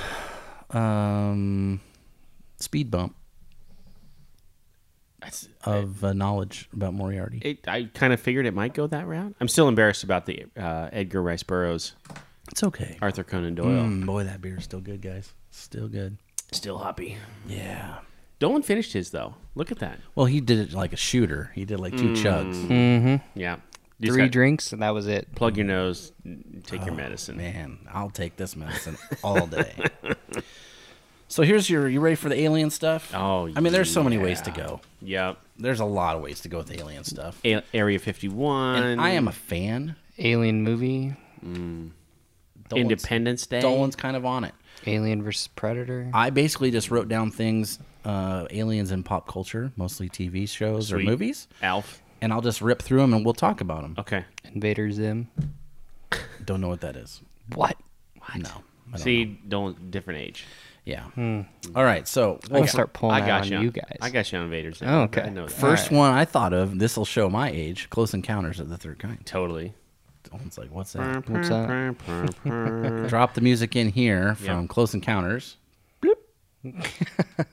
Speaker 2: um, speed bump
Speaker 1: That's-
Speaker 2: of uh, knowledge about Moriarty.
Speaker 1: It, I kind of figured it might go that route. I'm still embarrassed about the uh, Edgar Rice Burroughs,
Speaker 2: It's okay.
Speaker 1: Arthur Conan Doyle.
Speaker 2: Mm, boy, that beer is still good, guys. Still good.
Speaker 1: Still hoppy.
Speaker 2: Yeah.
Speaker 1: Dolan finished his though. Look at that.
Speaker 2: Well, he did it like a shooter. He did like two
Speaker 1: Mm.
Speaker 2: chugs.
Speaker 1: Yeah. You just
Speaker 3: Three
Speaker 1: gotta
Speaker 3: drinks, and that was it.
Speaker 1: Plug your nose. n- Take
Speaker 2: Oh.
Speaker 1: your medicine.
Speaker 2: Man, I'll take this medicine all day. so here's your. You ready for the alien stuff?
Speaker 1: Oh,
Speaker 2: I mean, there's so many ways to go.
Speaker 1: Yep.
Speaker 2: There's a lot of ways to go with alien stuff.
Speaker 1: A- Area 51.
Speaker 2: And I am a fan.
Speaker 3: Alien movie,
Speaker 2: Dolan's-
Speaker 1: Independence Day.
Speaker 2: Dolan's kind of on it.
Speaker 3: Alien versus Predator.
Speaker 2: I basically just wrote down things, uh, aliens in pop culture, mostly TV shows
Speaker 1: Sweet.
Speaker 2: or movies,
Speaker 1: Alf.
Speaker 2: and I'll just rip through them and we'll talk about them.
Speaker 1: Okay.
Speaker 3: Invader Zim.
Speaker 2: Don't know what that is.
Speaker 3: What?
Speaker 2: No. I don't know.
Speaker 1: See, Dolan, different age.
Speaker 2: Yeah. All right. So
Speaker 3: I'm
Speaker 2: well,
Speaker 3: gonna Hmm. start pulling
Speaker 1: I got
Speaker 3: out
Speaker 1: you.
Speaker 3: on you guys.
Speaker 1: I got you on Invaders.
Speaker 3: Oh,
Speaker 1: Now.
Speaker 3: okay.
Speaker 1: I know that.
Speaker 2: first
Speaker 3: All right.
Speaker 2: one I thought of. This will show my age. Close Encounters of the Third Kind.
Speaker 1: Totally.
Speaker 2: It's like, what's that?
Speaker 3: What's that?
Speaker 2: Drop the music in here from Close Encounters.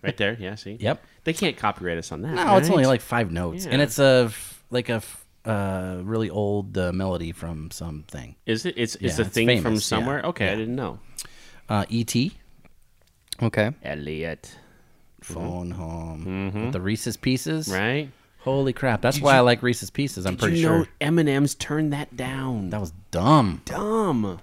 Speaker 1: right there. Yeah. See.
Speaker 2: Yep.
Speaker 1: They can't copyright us on that.
Speaker 2: No, it's only like five notes, and
Speaker 1: Yeah.
Speaker 2: it's a f- like a f- uh, really old uh, melody from something.
Speaker 1: Is it? It's it's
Speaker 2: Yeah,
Speaker 1: a
Speaker 2: it's
Speaker 1: thing from
Speaker 2: famous, yeah.
Speaker 1: somewhere. Okay, I didn't know.
Speaker 2: Uh, E.T.
Speaker 3: Okay.
Speaker 1: Elliot.
Speaker 2: Phone home With the Reese's Pieces.
Speaker 1: Right.
Speaker 2: Holy crap! That's why I like Reese's Pieces. I'm pretty
Speaker 1: you
Speaker 2: sure
Speaker 1: know Eminem's turned that down.
Speaker 2: that was dumb.
Speaker 1: dumb.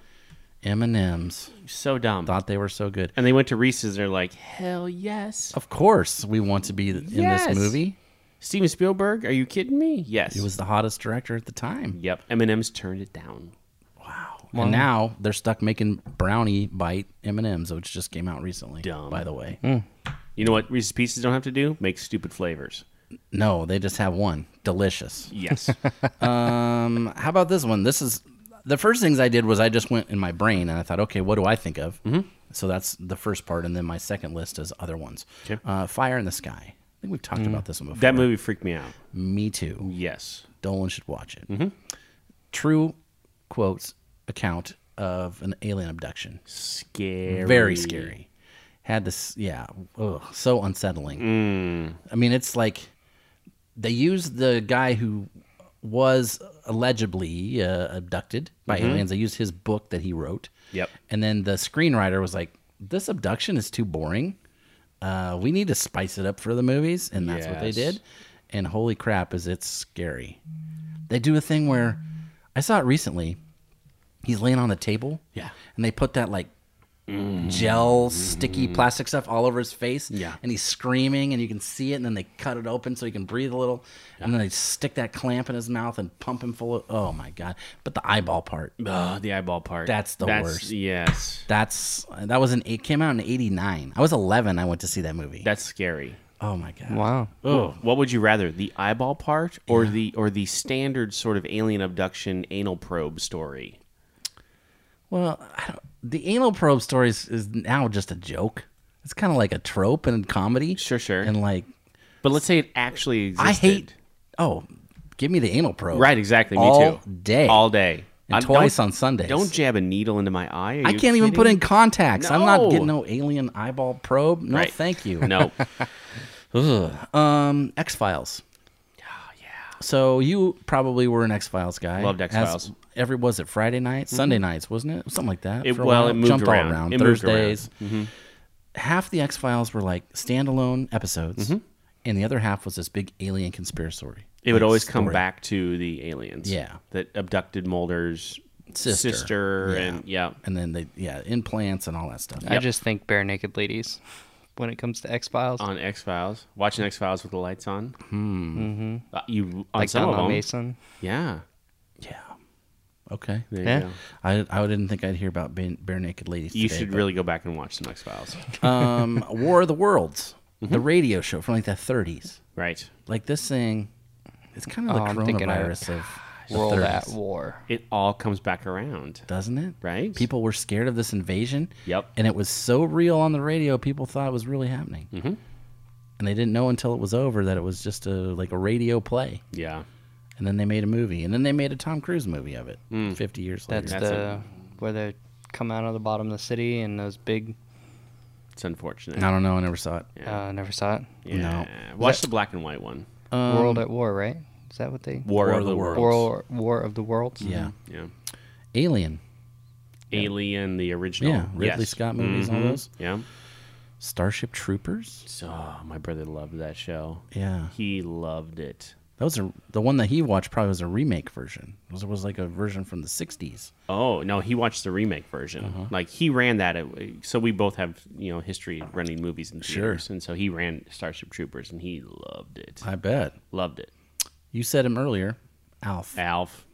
Speaker 2: M and M's
Speaker 1: So dumb.
Speaker 2: thought they were so good.
Speaker 1: and they went to Reese's. They're like, hell yes.
Speaker 2: Of course, we want to be in
Speaker 1: Yes.
Speaker 2: this movie.
Speaker 1: Steven Spielberg, are you kidding me? Yes.
Speaker 2: He was the hottest director at the time.
Speaker 1: Yep. Eminem's turned it down.
Speaker 2: And now they're stuck making brownie bite M and M's, which just came out recently.
Speaker 1: Dumb. Hmm.
Speaker 2: by the way.
Speaker 1: You know what Reese's Pieces don't have to do? Make stupid flavors.
Speaker 2: No, they just have one. Delicious.
Speaker 1: Yes.
Speaker 2: Um, how about this one? This is the first things I did was I just went in my brain and I thought, okay, what do I think of? Mm-hmm. So that's the first part, and then my second list is other ones.
Speaker 1: Okay. Mm.
Speaker 2: Uh, Fire in the Sky. I think we've talked about this one before.
Speaker 1: that movie freaked me out.
Speaker 2: Me too.
Speaker 1: Yes.
Speaker 2: Dolan should watch it.
Speaker 1: Mm-hmm.
Speaker 2: True quotes account of an alien abduction.
Speaker 1: Scary.
Speaker 2: Very scary. Had this, yeah, ugh, so unsettling.
Speaker 1: Mm.
Speaker 2: I mean, it's like they used the guy who was allegedly uh, abducted by aliens. They used his book that he wrote.
Speaker 1: Mm-hmm. Yep.
Speaker 2: And then the screenwriter was like, "This abduction is too boring. Uh, we need to spice it up for the movies," and that's what they
Speaker 1: Yes.
Speaker 2: did. And holy crap, is it scary? They do a thing where I saw it recently. He's laying on the table.
Speaker 1: Yeah.
Speaker 2: And they put that like gel, sticky plastic stuff all over his face.
Speaker 1: Mm. Yeah.
Speaker 2: And he's screaming, and you can see it. And then they cut it open so he can breathe a little. And then they stick that clamp in his mouth and pump him full of. Oh my god! But the eyeball part.
Speaker 1: Ugh, the eyeball part.
Speaker 2: That's the worst.
Speaker 1: Yes.
Speaker 2: That's that was an it came out in '89. I was 11. I went to see that movie.
Speaker 1: That's scary.
Speaker 2: Oh my god.
Speaker 3: Wow.
Speaker 1: Oh, what would you rather, the eyeball part or the or the standard sort of alien abduction anal probe story?
Speaker 2: Well, I don't, the anal probe story is, is now just a joke. It's kind of like a trope in comedy.
Speaker 1: Sure, sure.
Speaker 2: And like,
Speaker 1: But let's say it actually existed.
Speaker 2: I hate. Oh, give me the anal probe.
Speaker 1: Right, exactly. Me
Speaker 2: All
Speaker 1: too.
Speaker 2: day.
Speaker 1: All day.
Speaker 2: And
Speaker 1: I-
Speaker 2: twice
Speaker 1: don't-
Speaker 2: on Sundays.
Speaker 1: Don't jab a needle into my eye. Are
Speaker 2: I
Speaker 1: you
Speaker 2: can't even put
Speaker 1: kidding?
Speaker 2: in contacts. I'm not
Speaker 1: No.
Speaker 2: getting no alien eyeball probe. No,
Speaker 1: Right.
Speaker 2: thank you.
Speaker 1: No.
Speaker 2: Ugh. Um, X Files.
Speaker 1: Oh,
Speaker 2: So you probably were an X Files guy.
Speaker 1: Loved
Speaker 2: As
Speaker 1: X-Files. Mm-hmm.
Speaker 2: Every was it Friday nights, Sunday nights, wasn't it? Something like that.
Speaker 1: It-
Speaker 2: for a
Speaker 1: well,
Speaker 2: while.
Speaker 1: it moved
Speaker 2: jumped
Speaker 1: around.
Speaker 2: all around.
Speaker 1: It moved around. Mm-hmm.
Speaker 2: Thursdays. Half the X Files were like standalone episodes, and the other half was this big alien conspiracy.
Speaker 1: Mm-hmm. It would always come
Speaker 2: story.
Speaker 1: back to the aliens.
Speaker 2: Yeah.
Speaker 1: That abducted Mulder's
Speaker 2: Sister.
Speaker 1: sister,
Speaker 2: Yeah.
Speaker 1: and yeah.
Speaker 2: And then they yeah implants and all that stuff.
Speaker 3: I just think bare naked ladies when it comes to X Files.
Speaker 1: On X Files, watching X Files with the lights on. Hmm. Uh, you on
Speaker 3: like
Speaker 1: some
Speaker 3: Donald
Speaker 1: of them.
Speaker 3: Mason.
Speaker 1: Yeah.
Speaker 2: yeah. Okay.
Speaker 1: There
Speaker 3: Yeah.
Speaker 1: you go.
Speaker 2: I, I didn't think I'd hear about bare, bare naked ladies.
Speaker 1: You
Speaker 2: today,
Speaker 1: should
Speaker 2: but-
Speaker 1: really go back and watch some X Files.
Speaker 2: um, War of the Worlds,
Speaker 3: Mm-hmm.
Speaker 2: the radio show from like the 30s.
Speaker 1: right.
Speaker 2: Like this thing, it's kind of
Speaker 3: Oh,
Speaker 2: the
Speaker 3: I'm thinking of-
Speaker 2: coronavirus of, the
Speaker 3: World
Speaker 2: 30s,
Speaker 3: at War.
Speaker 1: It all comes back around.
Speaker 2: doesn't it?
Speaker 1: Right.
Speaker 2: People were scared of this invasion.
Speaker 1: Yep.
Speaker 2: And it was so real on the radio, people thought it was really happening. Mm-hmm. And they didn't know until it was over that it was just a like a radio play.
Speaker 1: Yeah.
Speaker 2: And then they made a movie, and then they made a Tom Cruise movie of it. Fifty years later.
Speaker 3: Hmm. That's,
Speaker 1: That's
Speaker 3: the
Speaker 1: a-
Speaker 3: where they come out of the bottom of the city and those big.
Speaker 1: It's unfortunate.
Speaker 2: I don't know. I never saw it.
Speaker 3: Uh, never saw it.
Speaker 1: yeah. Watch the black and white one.
Speaker 3: World at War, right? Is that what they?
Speaker 1: Um, War,
Speaker 2: War
Speaker 1: of the, Worlds.
Speaker 3: War, War of the Worlds.
Speaker 2: Yeah.
Speaker 1: Yeah.
Speaker 2: Alien.
Speaker 1: Alien, the original.
Speaker 3: Oh,
Speaker 2: Yeah. Ridley
Speaker 1: Yes.
Speaker 2: Scott movies. All
Speaker 3: Mm-hmm.
Speaker 2: those.
Speaker 1: Yeah.
Speaker 2: Starship Troopers.
Speaker 1: So my brother loved that show.
Speaker 2: Yeah.
Speaker 1: He loved it.
Speaker 2: That was a, the one that he watched. Probably was a remake version. It was, it was like a version from the '60s.
Speaker 1: Oh no, he watched the remake version.
Speaker 2: Uh-huh.
Speaker 1: Like he ran that. At, so we both have you know history of running movies in theaters, and so he ran Starship Troopers, and he loved it.
Speaker 2: I bet
Speaker 1: loved it.
Speaker 2: you said him earlier, Alf
Speaker 1: Alf,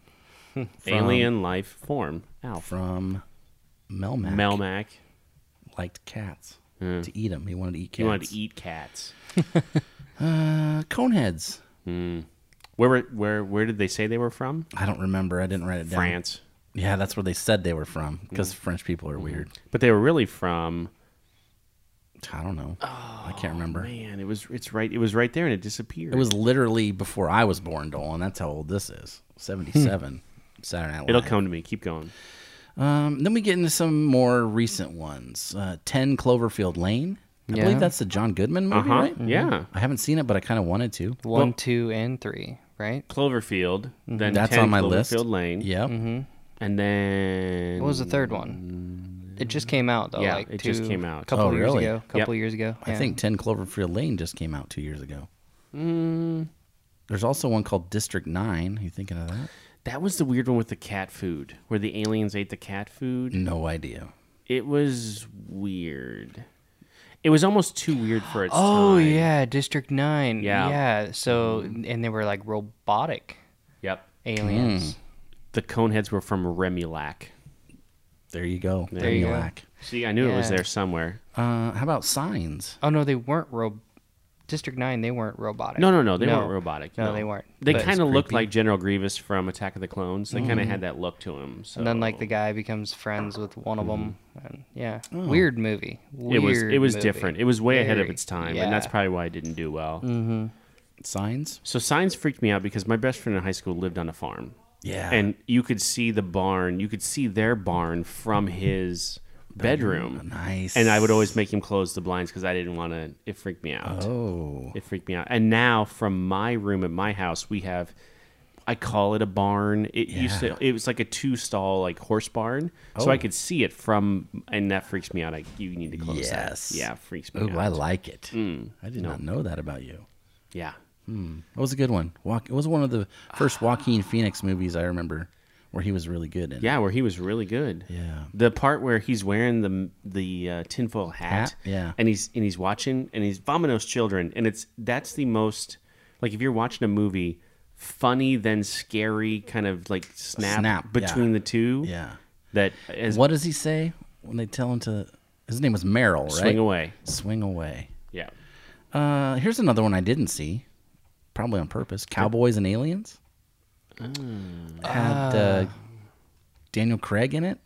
Speaker 1: alien life form. Alf
Speaker 2: from Melmac.
Speaker 1: Melmac. Hmm.
Speaker 2: liked cats to eat him. He wanted to eat cats.
Speaker 1: He wanted to eat cats.
Speaker 2: Uh, coneheads.
Speaker 1: Where were where where did they say they were from?
Speaker 2: I don't remember. I didn't write it down.
Speaker 1: France,
Speaker 2: Yeah, that's where they said they were from because
Speaker 1: Mm-hmm.
Speaker 2: French people are weird.
Speaker 1: but they were really from.
Speaker 2: I don't know. I can't remember.
Speaker 1: Mm-hmm. Oh, Man, it was it's right. It was right there, and it disappeared.
Speaker 2: It was literally before I was born, Dolan. That's how old this is. Seventy-seven. Saturday Night Live.
Speaker 1: It'll come to me. Keep going.
Speaker 2: Um, then we get into some more recent ones. Uh, Ten Cloverfield Lane. I
Speaker 3: Yeah.
Speaker 2: believe that's the John Goodman
Speaker 1: Uh
Speaker 2: movie,
Speaker 1: huh.
Speaker 2: right? Mm-hmm.
Speaker 1: Yeah.
Speaker 2: I haven't seen it, but I kind of wanted to.
Speaker 3: One, two, and three, right?
Speaker 1: Cloverfield. Then
Speaker 2: That's
Speaker 1: 10
Speaker 2: on my
Speaker 1: Cloverfield
Speaker 2: list.
Speaker 1: Lane.
Speaker 2: Yep.
Speaker 3: Mm-hmm.
Speaker 1: And then
Speaker 3: What was the third one? It just came out though.
Speaker 1: Yeah,
Speaker 3: like
Speaker 1: it just
Speaker 3: two-
Speaker 1: came out.
Speaker 3: Couple
Speaker 2: Oh,
Speaker 3: years
Speaker 2: really?
Speaker 3: ago. Couple years ago.
Speaker 2: I
Speaker 3: yeah.
Speaker 2: think Ten Cloverfield Lane just came out two years ago.
Speaker 3: Mm.
Speaker 2: There's also one called District Nine. You thinking of that?
Speaker 1: that was the weird one with the cat food, where the aliens ate the cat food.
Speaker 2: No idea.
Speaker 1: It was weird. It was almost too weird for its
Speaker 3: Oh
Speaker 1: time.
Speaker 3: yeah, District Nine.
Speaker 1: Yeah.
Speaker 3: Yeah. Mm-hmm. So and they were like robotic
Speaker 1: Yep.
Speaker 2: Mm.
Speaker 3: aliens.
Speaker 1: The coneheads were from Remulac.
Speaker 2: There you go. There
Speaker 3: you go.
Speaker 1: See, I knew it was
Speaker 3: Yeah.
Speaker 1: there somewhere.
Speaker 2: Uh, how about Signs?
Speaker 3: Oh no, they weren't rob. District Nine, they weren't robotic.
Speaker 1: No, no, no. They weren't robotic.
Speaker 3: No, they weren't.
Speaker 1: They
Speaker 3: But it's Mm-hmm.
Speaker 1: kind of looked like General Grievous from Attack of the Clones. They kind of had that look to him. So
Speaker 3: And then like the guy becomes friends with one of them, and yeah,
Speaker 2: Oh.
Speaker 3: weird movie.
Speaker 1: Mm-hmm. it
Speaker 3: Weird
Speaker 1: was it was
Speaker 3: movie.
Speaker 1: different. It was way ahead of
Speaker 3: Very.
Speaker 1: its time, and that's
Speaker 3: Yeah. Mm.
Speaker 1: probably why it didn't do well.
Speaker 2: Signs.
Speaker 1: So signs freaked me out because my best friend in high school lived on a farm.
Speaker 2: Yeah.
Speaker 1: And you could see the barn, you could see their barn from his bedroom.
Speaker 2: Nice.
Speaker 1: um, And I would always make him close the blinds because I didn't want to. It freaked me out.
Speaker 2: Oh.
Speaker 1: It freaked me out. And now from my room at my house, we have. I call it a barn. It used to. It was like a two-stall like horse barn, so
Speaker 2: Oh.
Speaker 1: I could see it from, and that freaks me out. I you need to close that.
Speaker 2: Yes.
Speaker 1: Yeah, Mm. freaks me
Speaker 2: Ooh,
Speaker 1: out.
Speaker 2: I like it. I did not know that about you.
Speaker 1: yeah.
Speaker 2: That was a good one. Walk. It was one of the first Joaquin Phoenix movies I remember, where he was really good in.
Speaker 1: Yeah, where he was really good.
Speaker 2: Yeah.
Speaker 1: the part where he's wearing the the uh, tinfoil hat,
Speaker 2: Hat, yeah.
Speaker 1: and he's and he's watching and he's Vomino's children, and it's that's the most like if you're watching a movie, funny then scary kind of like snap,
Speaker 2: Snap,
Speaker 1: between
Speaker 2: yeah.
Speaker 1: the two.
Speaker 2: Yeah.
Speaker 1: that is
Speaker 2: What does he say when they tell him to? His name was Merrill, right?
Speaker 1: swing away.
Speaker 2: Swing away.
Speaker 1: Yeah,
Speaker 2: Uh, here's another one I didn't see, probably on purpose. Cowboys and Aliens
Speaker 1: Ah.
Speaker 2: had uh, Daniel Craig in it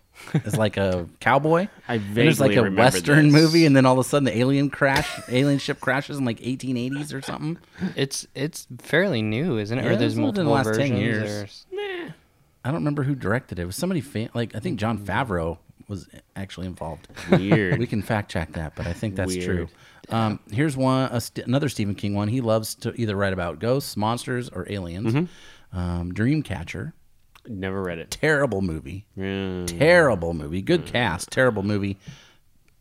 Speaker 2: as like a cowboy.
Speaker 1: I
Speaker 2: And there's like
Speaker 1: vaguely
Speaker 2: a
Speaker 1: remember
Speaker 2: western
Speaker 1: this.
Speaker 2: movie, and then all of a sudden the alien crash, alien ship crashes in like 1880s or something.
Speaker 3: It's it's fairly new, isn't it?
Speaker 2: Yeah,
Speaker 3: or there's
Speaker 2: it's within
Speaker 3: multiple
Speaker 2: the last 10
Speaker 3: versions.
Speaker 2: years.
Speaker 3: or s-
Speaker 2: I don't remember who directed it. It was somebody fa- like I think John Favreau was actually involved.
Speaker 1: Mm-hmm. Weird.
Speaker 2: We can fact check that, but I think that's
Speaker 1: Weird.
Speaker 2: true. Um, here's one, a st- another Stephen King one. He loves to either write about ghosts, monsters, or aliens.
Speaker 1: Mm-hmm.
Speaker 2: Um, Dreamcatcher,
Speaker 1: Never read it.
Speaker 2: terrible movie,
Speaker 1: Yeah.
Speaker 2: terrible movie.
Speaker 1: Mm.
Speaker 2: Good cast, terrible movie.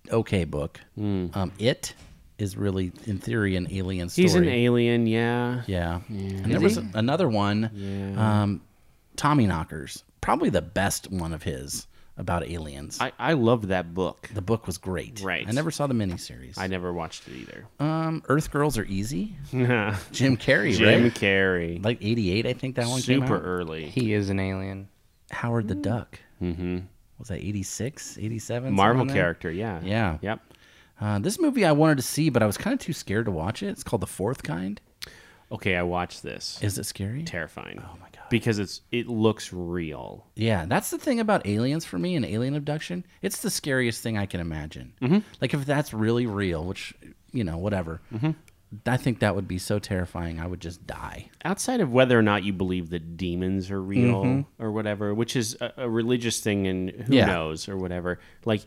Speaker 2: Okay book. Um, it is really, in theory, an alien story.
Speaker 1: Mm. He's an alien, yeah.
Speaker 2: Yeah. And there was another one, um, Tommy Knockers, probably the best one of his about aliens.
Speaker 1: I, I loved that book.
Speaker 2: the book was great.
Speaker 1: Right.
Speaker 2: I never saw the miniseries.
Speaker 1: I never watched it either.
Speaker 2: um, Earth Girls Are Easy.
Speaker 1: Jim
Speaker 2: Jim Carrey, right?
Speaker 1: Carrey.
Speaker 2: Like 88, I think that one came
Speaker 1: Super Mm.
Speaker 2: out.
Speaker 1: early.
Speaker 3: He is an alien.
Speaker 2: Howard the Duck. Mm-hmm. Was that 86, 87?
Speaker 1: Marvel
Speaker 2: somewhere in there?
Speaker 1: character, yeah.
Speaker 2: Yeah.
Speaker 1: Yep.
Speaker 2: Uh, this movie I wanted to see, but I was kind of too scared to watch it. It's called The Fourth Kind.
Speaker 1: Okay, I watched this.
Speaker 2: Is it scary?
Speaker 1: terrifying. Oh my god. Because it's it looks real.
Speaker 2: Yeah, that's the thing about aliens for me and alien abduction. It's the scariest thing I can imagine.
Speaker 1: Mm-hmm.
Speaker 2: Like if that's really real, which you know, whatever.
Speaker 1: Mm-hmm.
Speaker 2: I think that would be so terrifying. I would just die.
Speaker 1: Outside of whether or not you believe that demons are real or whatever, which is a, a religious thing and who
Speaker 2: Mm-hmm. Yeah.
Speaker 1: knows or whatever, like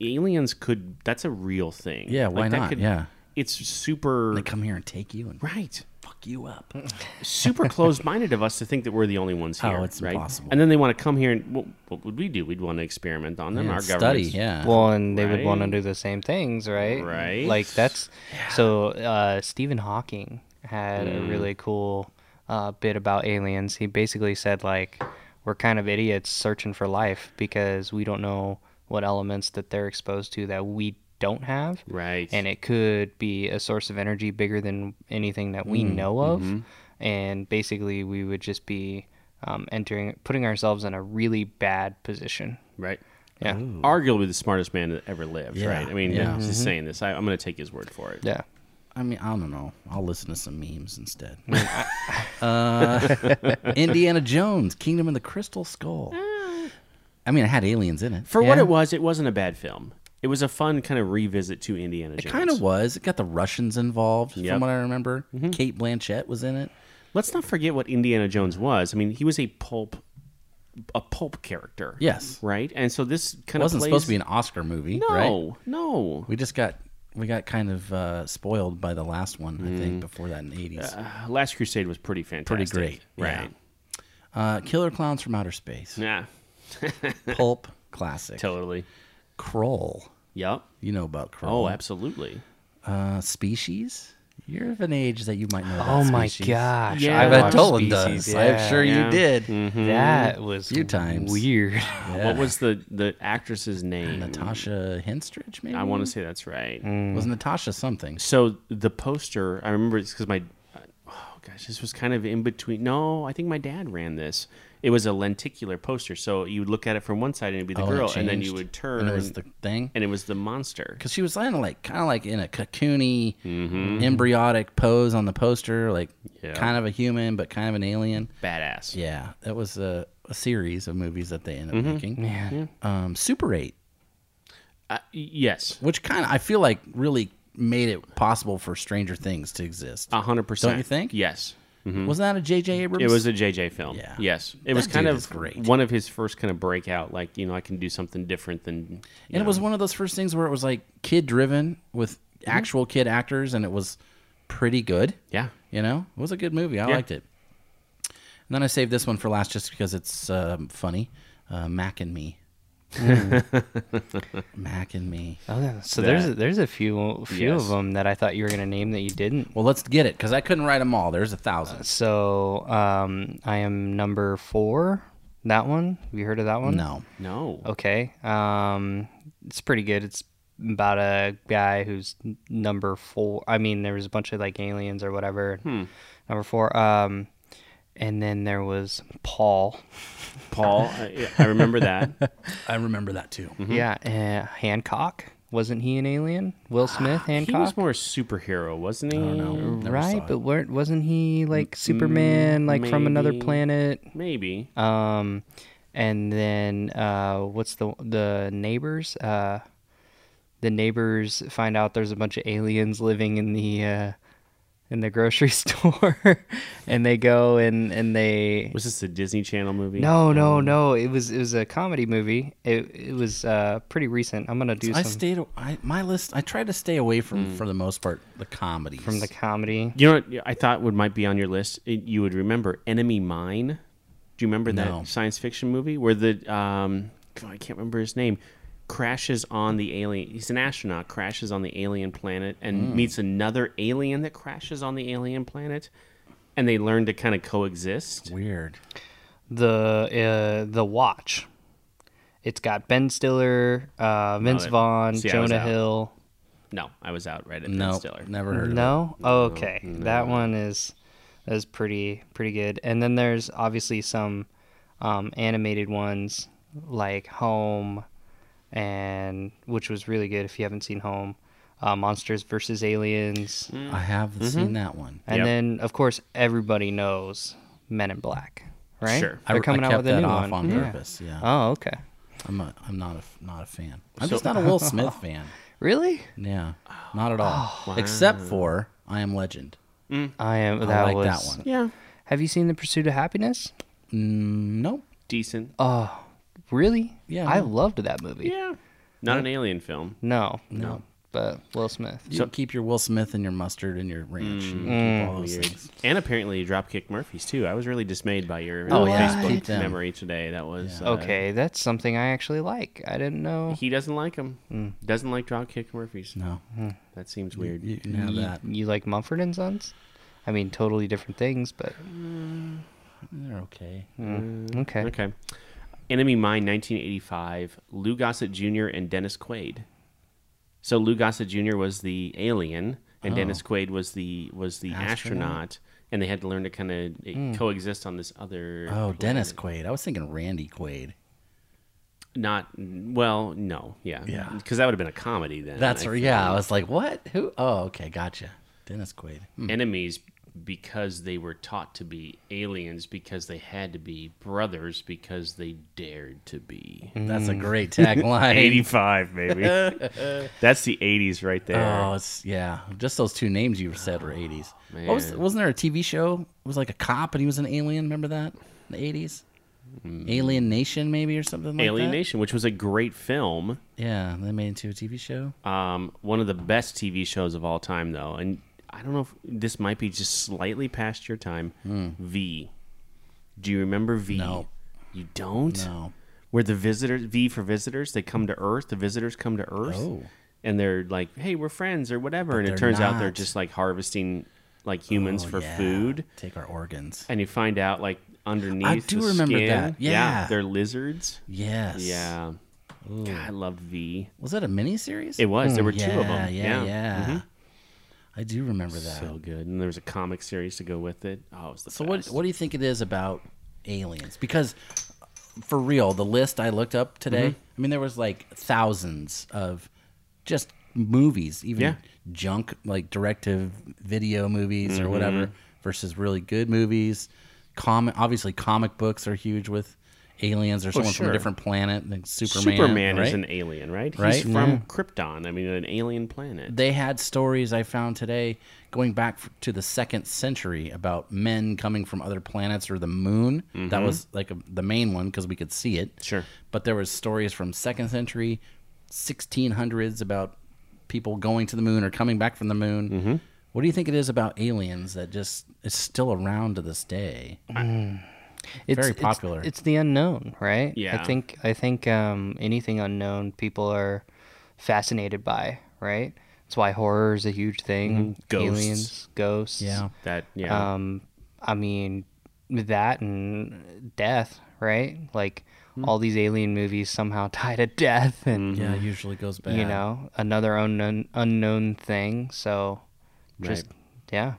Speaker 1: aliens could that's a real thing.
Speaker 2: Yeah,
Speaker 1: Like,
Speaker 2: why
Speaker 1: that
Speaker 2: not?
Speaker 1: could-
Speaker 2: Yeah.
Speaker 1: It's super
Speaker 2: They come here and take you and
Speaker 1: right.
Speaker 2: fuck you up.
Speaker 1: Mm-hmm. super closed-minded of us to think that we're the only ones here.
Speaker 2: Oh, it's
Speaker 1: right?
Speaker 2: impossible.
Speaker 1: And then they want to come here and what, what would we do? We'd want to experiment on them.
Speaker 2: Yeah,
Speaker 1: Our
Speaker 2: study,
Speaker 1: government,
Speaker 2: yeah.
Speaker 3: Well, and they would want to
Speaker 1: Uh-huh. Right.
Speaker 3: do the same things, right?
Speaker 1: Right.
Speaker 3: Like that's so. Uh, Stephen Hawking had a
Speaker 1: Mm.
Speaker 3: really cool uh, bit about aliens. He basically said like, we're kind of idiots searching for life because we don't know what elements that they're exposed to that we don't have.
Speaker 1: right?
Speaker 3: and it could be a source of energy bigger than anything that
Speaker 1: Mm,
Speaker 3: we know of
Speaker 1: mm-hmm.
Speaker 3: and basically we would just be um, entering putting ourselves in a really bad position
Speaker 1: right.
Speaker 3: yeah
Speaker 1: Arguably the smartest man that ever lived.
Speaker 2: Yeah,
Speaker 1: Right. I mean,
Speaker 2: yeah. Mm-hmm.
Speaker 1: he's just saying this. I, I'm going to take his word for it.
Speaker 3: yeah
Speaker 2: I mean, I don't know. I'll listen to some memes instead. uh, Indiana Jones, Kingdom of the Crystal Skull. I mean, it had aliens in it.
Speaker 1: Mm. For what
Speaker 3: Yeah.
Speaker 1: it was, it wasn't a bad film. It was a fun kind of revisit to Indiana Jones.
Speaker 2: It kind of was. It got the Russians involved, from
Speaker 1: Yep. Mm-hmm.
Speaker 2: what I remember. Kate Blanchett was in it.
Speaker 1: Let's not forget what Indiana Jones was. I mean, he was a pulp, a pulp character.
Speaker 2: Yes.
Speaker 1: Right. And so this kind
Speaker 2: It wasn't
Speaker 1: of
Speaker 2: supposed to be an Oscar movie, right?
Speaker 1: No. No.
Speaker 2: We just got we got kind of uh, spoiled by the last one, I
Speaker 1: Mm-hmm.
Speaker 2: think, before that in the eighties. Uh,
Speaker 1: Uh, Last Crusade was pretty fantastic.
Speaker 2: great, yeah.
Speaker 1: Right.
Speaker 2: Uh, Killer Clowns from Outer Space,
Speaker 1: Yeah.
Speaker 2: Pulp, classic,
Speaker 1: Totally.
Speaker 2: Kroll.
Speaker 1: Yep.
Speaker 2: You know about
Speaker 1: Oh,
Speaker 2: Kroll?
Speaker 1: absolutely.
Speaker 2: uh, Species. You're of an age that you might know.
Speaker 3: oh
Speaker 2: About
Speaker 3: my
Speaker 2: Species.
Speaker 3: gosh
Speaker 1: Yeah.
Speaker 2: I
Speaker 1: I
Speaker 2: bet
Speaker 1: watched
Speaker 2: Dolan
Speaker 3: Species,
Speaker 2: does. I'm
Speaker 3: yeah.
Speaker 2: sure you
Speaker 1: Yeah. Mm.
Speaker 2: did.
Speaker 3: Mm-hmm. that was
Speaker 2: Few times.
Speaker 3: weird
Speaker 1: What was the the actress's name?
Speaker 2: Natasha Henstridge, maybe.
Speaker 1: I want to say that's right.
Speaker 2: was Natasha something.
Speaker 1: So the poster, I remember it's because my, oh gosh, this was kind of in between. No, I think my dad ran this. It was a lenticular poster, so you would look at it from one side and it'd be the
Speaker 2: Oh, it
Speaker 1: girl, and then you
Speaker 2: changed.
Speaker 1: would turn,
Speaker 2: And it was the thing.
Speaker 1: monster.
Speaker 2: because she was kind of like kind of like in a cocoony embryotic pose on the poster like
Speaker 1: Mm-hmm. Yeah.
Speaker 2: kind of a human but kind of an alien
Speaker 1: Badass.
Speaker 2: yeah that was a, a series of movies that they ended
Speaker 1: Mm-hmm.
Speaker 2: up making um, super 8
Speaker 1: Uh, yes,
Speaker 2: which kind of i feel like really made it possible for stranger things to exist
Speaker 1: a hundred percent.
Speaker 2: Don't you think?
Speaker 1: Yes,
Speaker 2: wasn't that a jj abrams
Speaker 1: Ah, it was a JJ film.
Speaker 2: Yeah.
Speaker 1: Yes, it was
Speaker 2: That
Speaker 1: kind
Speaker 2: dude
Speaker 1: of
Speaker 2: is great.
Speaker 1: one of his first kind of breakout. Like you know, I can do something different than. you
Speaker 2: and it
Speaker 1: know.
Speaker 2: was one of those first things where it was like kid driven with
Speaker 1: Mm-hmm.
Speaker 2: actual kid actors and it was pretty good
Speaker 1: yeah.
Speaker 2: You know, it was a good movie. I
Speaker 1: Yeah.
Speaker 2: liked it. And then I saved this one for last just because it's um, funny. Uh, Mac and me. Mac and me.
Speaker 3: oh, yeah. so there's a,
Speaker 1: That-
Speaker 3: there's a few few of
Speaker 1: Yes.
Speaker 3: them that i thought you were gonna name that you didn't
Speaker 2: Well, let's get it because I couldn't write them all. There's a thousand.
Speaker 3: so um i am number four that one have you heard of that one
Speaker 2: No.
Speaker 1: No.
Speaker 3: Okay. Um, it's pretty good. It's about a guy who's n- number four. I mean, there was a bunch of like aliens or whatever. Number four. Um, and then there was Paul.
Speaker 1: Paul, I, I remember that.
Speaker 2: I remember that too.
Speaker 3: Yeah, uh, Hancock. Wasn't he an alien? Will Smith,
Speaker 1: He
Speaker 3: Hancock.
Speaker 1: was more superhero, wasn't he?
Speaker 2: I don't know. Never saw
Speaker 3: right,
Speaker 2: it.
Speaker 3: but were wasn't he like Superman, like from another
Speaker 1: maybe.
Speaker 3: planet?
Speaker 1: Maybe.
Speaker 3: Um, and then uh, what's the the neighbors? Uh, the neighbors find out there's a bunch of aliens living in the uh, in the grocery store, and they go and and they.
Speaker 1: Was this a Disney Channel movie?
Speaker 3: No, no, no! It was it was a comedy movie. It it was uh, pretty recent. I'm gonna do
Speaker 2: I
Speaker 3: some
Speaker 2: stayed. I, my list. I tried to stay away from, for the most part, the comedies.
Speaker 3: from the comedy.
Speaker 1: You know what I thought would might be on your list? It- you would remember Enemy Mine. Do you remember that
Speaker 2: No.
Speaker 1: science fiction movie where the um God, I can't remember his name crashes on the alien. He's an astronaut crashes on the alien planet and meets another alien that crashes on the alien planet, and they learn to kind of coexist.
Speaker 2: weird.
Speaker 3: the uh, the watch. It's got Ben Stiller, uh, Vince
Speaker 1: it-
Speaker 3: Vaughn,
Speaker 1: Oh, see, I was
Speaker 3: Jonah
Speaker 1: out.
Speaker 3: Hill.
Speaker 1: No, I was out right at
Speaker 2: No,
Speaker 1: Ben Stiller.
Speaker 2: never heard of
Speaker 3: No, okay, that one is is pretty pretty good. And then there's obviously some um, animated ones like Home, and which was really good if you haven't seen Home, uh, Monsters versus Aliens,
Speaker 2: it. I have seen that one.
Speaker 3: and
Speaker 1: Mm. Yep.
Speaker 3: then of course everybody knows Men in Black, right?
Speaker 1: Sure.
Speaker 2: I-
Speaker 3: they're coming
Speaker 2: I
Speaker 3: out
Speaker 2: kept
Speaker 3: with a
Speaker 2: that
Speaker 3: new
Speaker 2: off
Speaker 3: one
Speaker 2: on
Speaker 3: Yeah.
Speaker 2: purpose. Yeah,
Speaker 3: Oh, okay.
Speaker 2: I'm a, I'm not a f- not a fan. I'm just not a Will Smith fan.
Speaker 3: Really?
Speaker 2: Yeah, not at all. Except for I Am Legend.
Speaker 3: I am. That
Speaker 2: I like
Speaker 3: was,
Speaker 2: that one.
Speaker 1: Yeah,
Speaker 3: Have you seen The Pursuit of Happiness?
Speaker 2: Mm, nope.
Speaker 1: decent.
Speaker 3: Oh, really?
Speaker 2: Yeah,
Speaker 3: I
Speaker 2: no.
Speaker 3: loved that movie.
Speaker 1: yeah, not an alien film.
Speaker 3: No, no. But Will Smith.
Speaker 2: You keep your Will Smith and your mustard and your ranch. You keep all those things.
Speaker 1: And apparently, Dropkick Murphys too. I was really dismayed by your
Speaker 2: Oh,
Speaker 1: oh,
Speaker 2: yeah. Keep
Speaker 1: Facebook
Speaker 2: them.
Speaker 1: memory today. That was uh,
Speaker 3: Okay, that's something I actually like. I didn't know.
Speaker 1: He doesn't like him. Doesn't like Dropkick Murphys.
Speaker 2: Hmm. No,
Speaker 1: That seems weird.
Speaker 2: you can have that.
Speaker 3: You like Mumford and Sons? I mean, totally different things, but
Speaker 2: They're okay. Mm,
Speaker 3: okay.
Speaker 1: Okay. Enemy Mine, 1985. Lou Gossett Jr. and Dennis Quaid. So Lou Gossett Jr. was the alien, and
Speaker 2: Oh.
Speaker 1: Dennis Quaid was the was the astronaut, and they had to learn to kind of coexist on this other.
Speaker 2: Hmm. Oh,
Speaker 1: planet.
Speaker 2: Dennis Quaid. I was thinking Randy Quaid.
Speaker 1: Not well. No. Yeah.
Speaker 2: Yeah.
Speaker 1: Because that would have been a comedy then.
Speaker 2: That's
Speaker 1: I
Speaker 2: right. Yeah, I was like, what? Who? Oh, okay, gotcha. Dennis Quaid. Hmm.
Speaker 1: enemies because they were taught to be aliens because they had to be brothers because they dared to be.
Speaker 2: That's a great tagline.
Speaker 1: 85 Mm-hmm. baby. That's the 80s right there.
Speaker 2: oh, it's yeah. Just those two names you said were eighties. What was?
Speaker 1: man.
Speaker 2: Wasn't there a TV show? It was like a cop and he was an alien. Remember that? In the eighties. Alien Nation, maybe or something like
Speaker 1: Alien
Speaker 2: that.
Speaker 1: Nation, which was a great film,
Speaker 2: Yeah, they made it into a TV show.
Speaker 1: um, one of the best TV shows of all time, though. And I don't know if this might be just slightly past your time. V. Do you remember V?
Speaker 2: Hmm. No.
Speaker 1: You don't?
Speaker 2: No.
Speaker 1: where the visitors V for visitors, they come to Earth. The visitors come to Earth,
Speaker 2: Oh.
Speaker 1: and they're like, "Hey, we're friends" or whatever. and
Speaker 2: they're
Speaker 1: it turns out they're
Speaker 2: not.
Speaker 1: just like harvesting like humans
Speaker 2: Oh,
Speaker 1: for
Speaker 2: yeah.
Speaker 1: food.
Speaker 2: Take our organs.
Speaker 1: And you find out like underneath.
Speaker 2: do
Speaker 1: the
Speaker 2: remember
Speaker 1: skin,
Speaker 2: that. Yeah.
Speaker 1: they're lizards.
Speaker 2: Yes.
Speaker 1: Yeah, God, I loved V.
Speaker 2: Was that a miniseries?
Speaker 1: It was. There were
Speaker 2: Mm, yeah,
Speaker 1: two of them.
Speaker 2: Yeah, yeah.
Speaker 1: Yeah, Mm-hmm.
Speaker 2: I do remember that.
Speaker 1: so
Speaker 2: So,
Speaker 1: good. And there was a comic series to go with it. Oh, it was the
Speaker 2: what
Speaker 1: best.
Speaker 2: what do you think it is about aliens? Because for real, the list I looked up
Speaker 1: Mm-hmm.
Speaker 2: today, I mean there was like thousands of just movies, even
Speaker 1: Yeah.
Speaker 2: junk like direct to video movies
Speaker 1: Mm-hmm.
Speaker 2: or whatever versus really good movies. Comic obviously comic books are huge with aliens or someone from
Speaker 1: sure.
Speaker 2: a different planet like Superman.
Speaker 1: Superman, is
Speaker 2: right?
Speaker 1: an alien, right?
Speaker 2: Right?
Speaker 1: He's from Krypton. I mean, an alien planet.
Speaker 2: they had stories I found today going back f- to the second century about men coming from other planets or the moon. That was like a, the main one because we could see it.
Speaker 1: Sure.
Speaker 2: But there was stories from second century, 1600s about people going to the moon or coming back from the moon. What do you think it is about aliens that just is still around to this day?
Speaker 3: It's
Speaker 2: Very
Speaker 3: it's-
Speaker 2: popular.
Speaker 3: It's, the unknown, right?
Speaker 1: Yeah.
Speaker 3: I think I think um, anything unknown people are fascinated by, right? That's why horror is a huge thing.
Speaker 1: Ghosts.
Speaker 3: Aliens, ghosts.
Speaker 2: Mm-hmm. Yeah.
Speaker 1: That yeah.
Speaker 3: Um, I mean, that and death, right? Like
Speaker 1: Hmm.
Speaker 3: all these alien movies somehow tie to death, and
Speaker 1: Mm-hmm.
Speaker 2: Yeah, it usually goes back.
Speaker 3: you know, another unknown unknown thing. So, just yeah,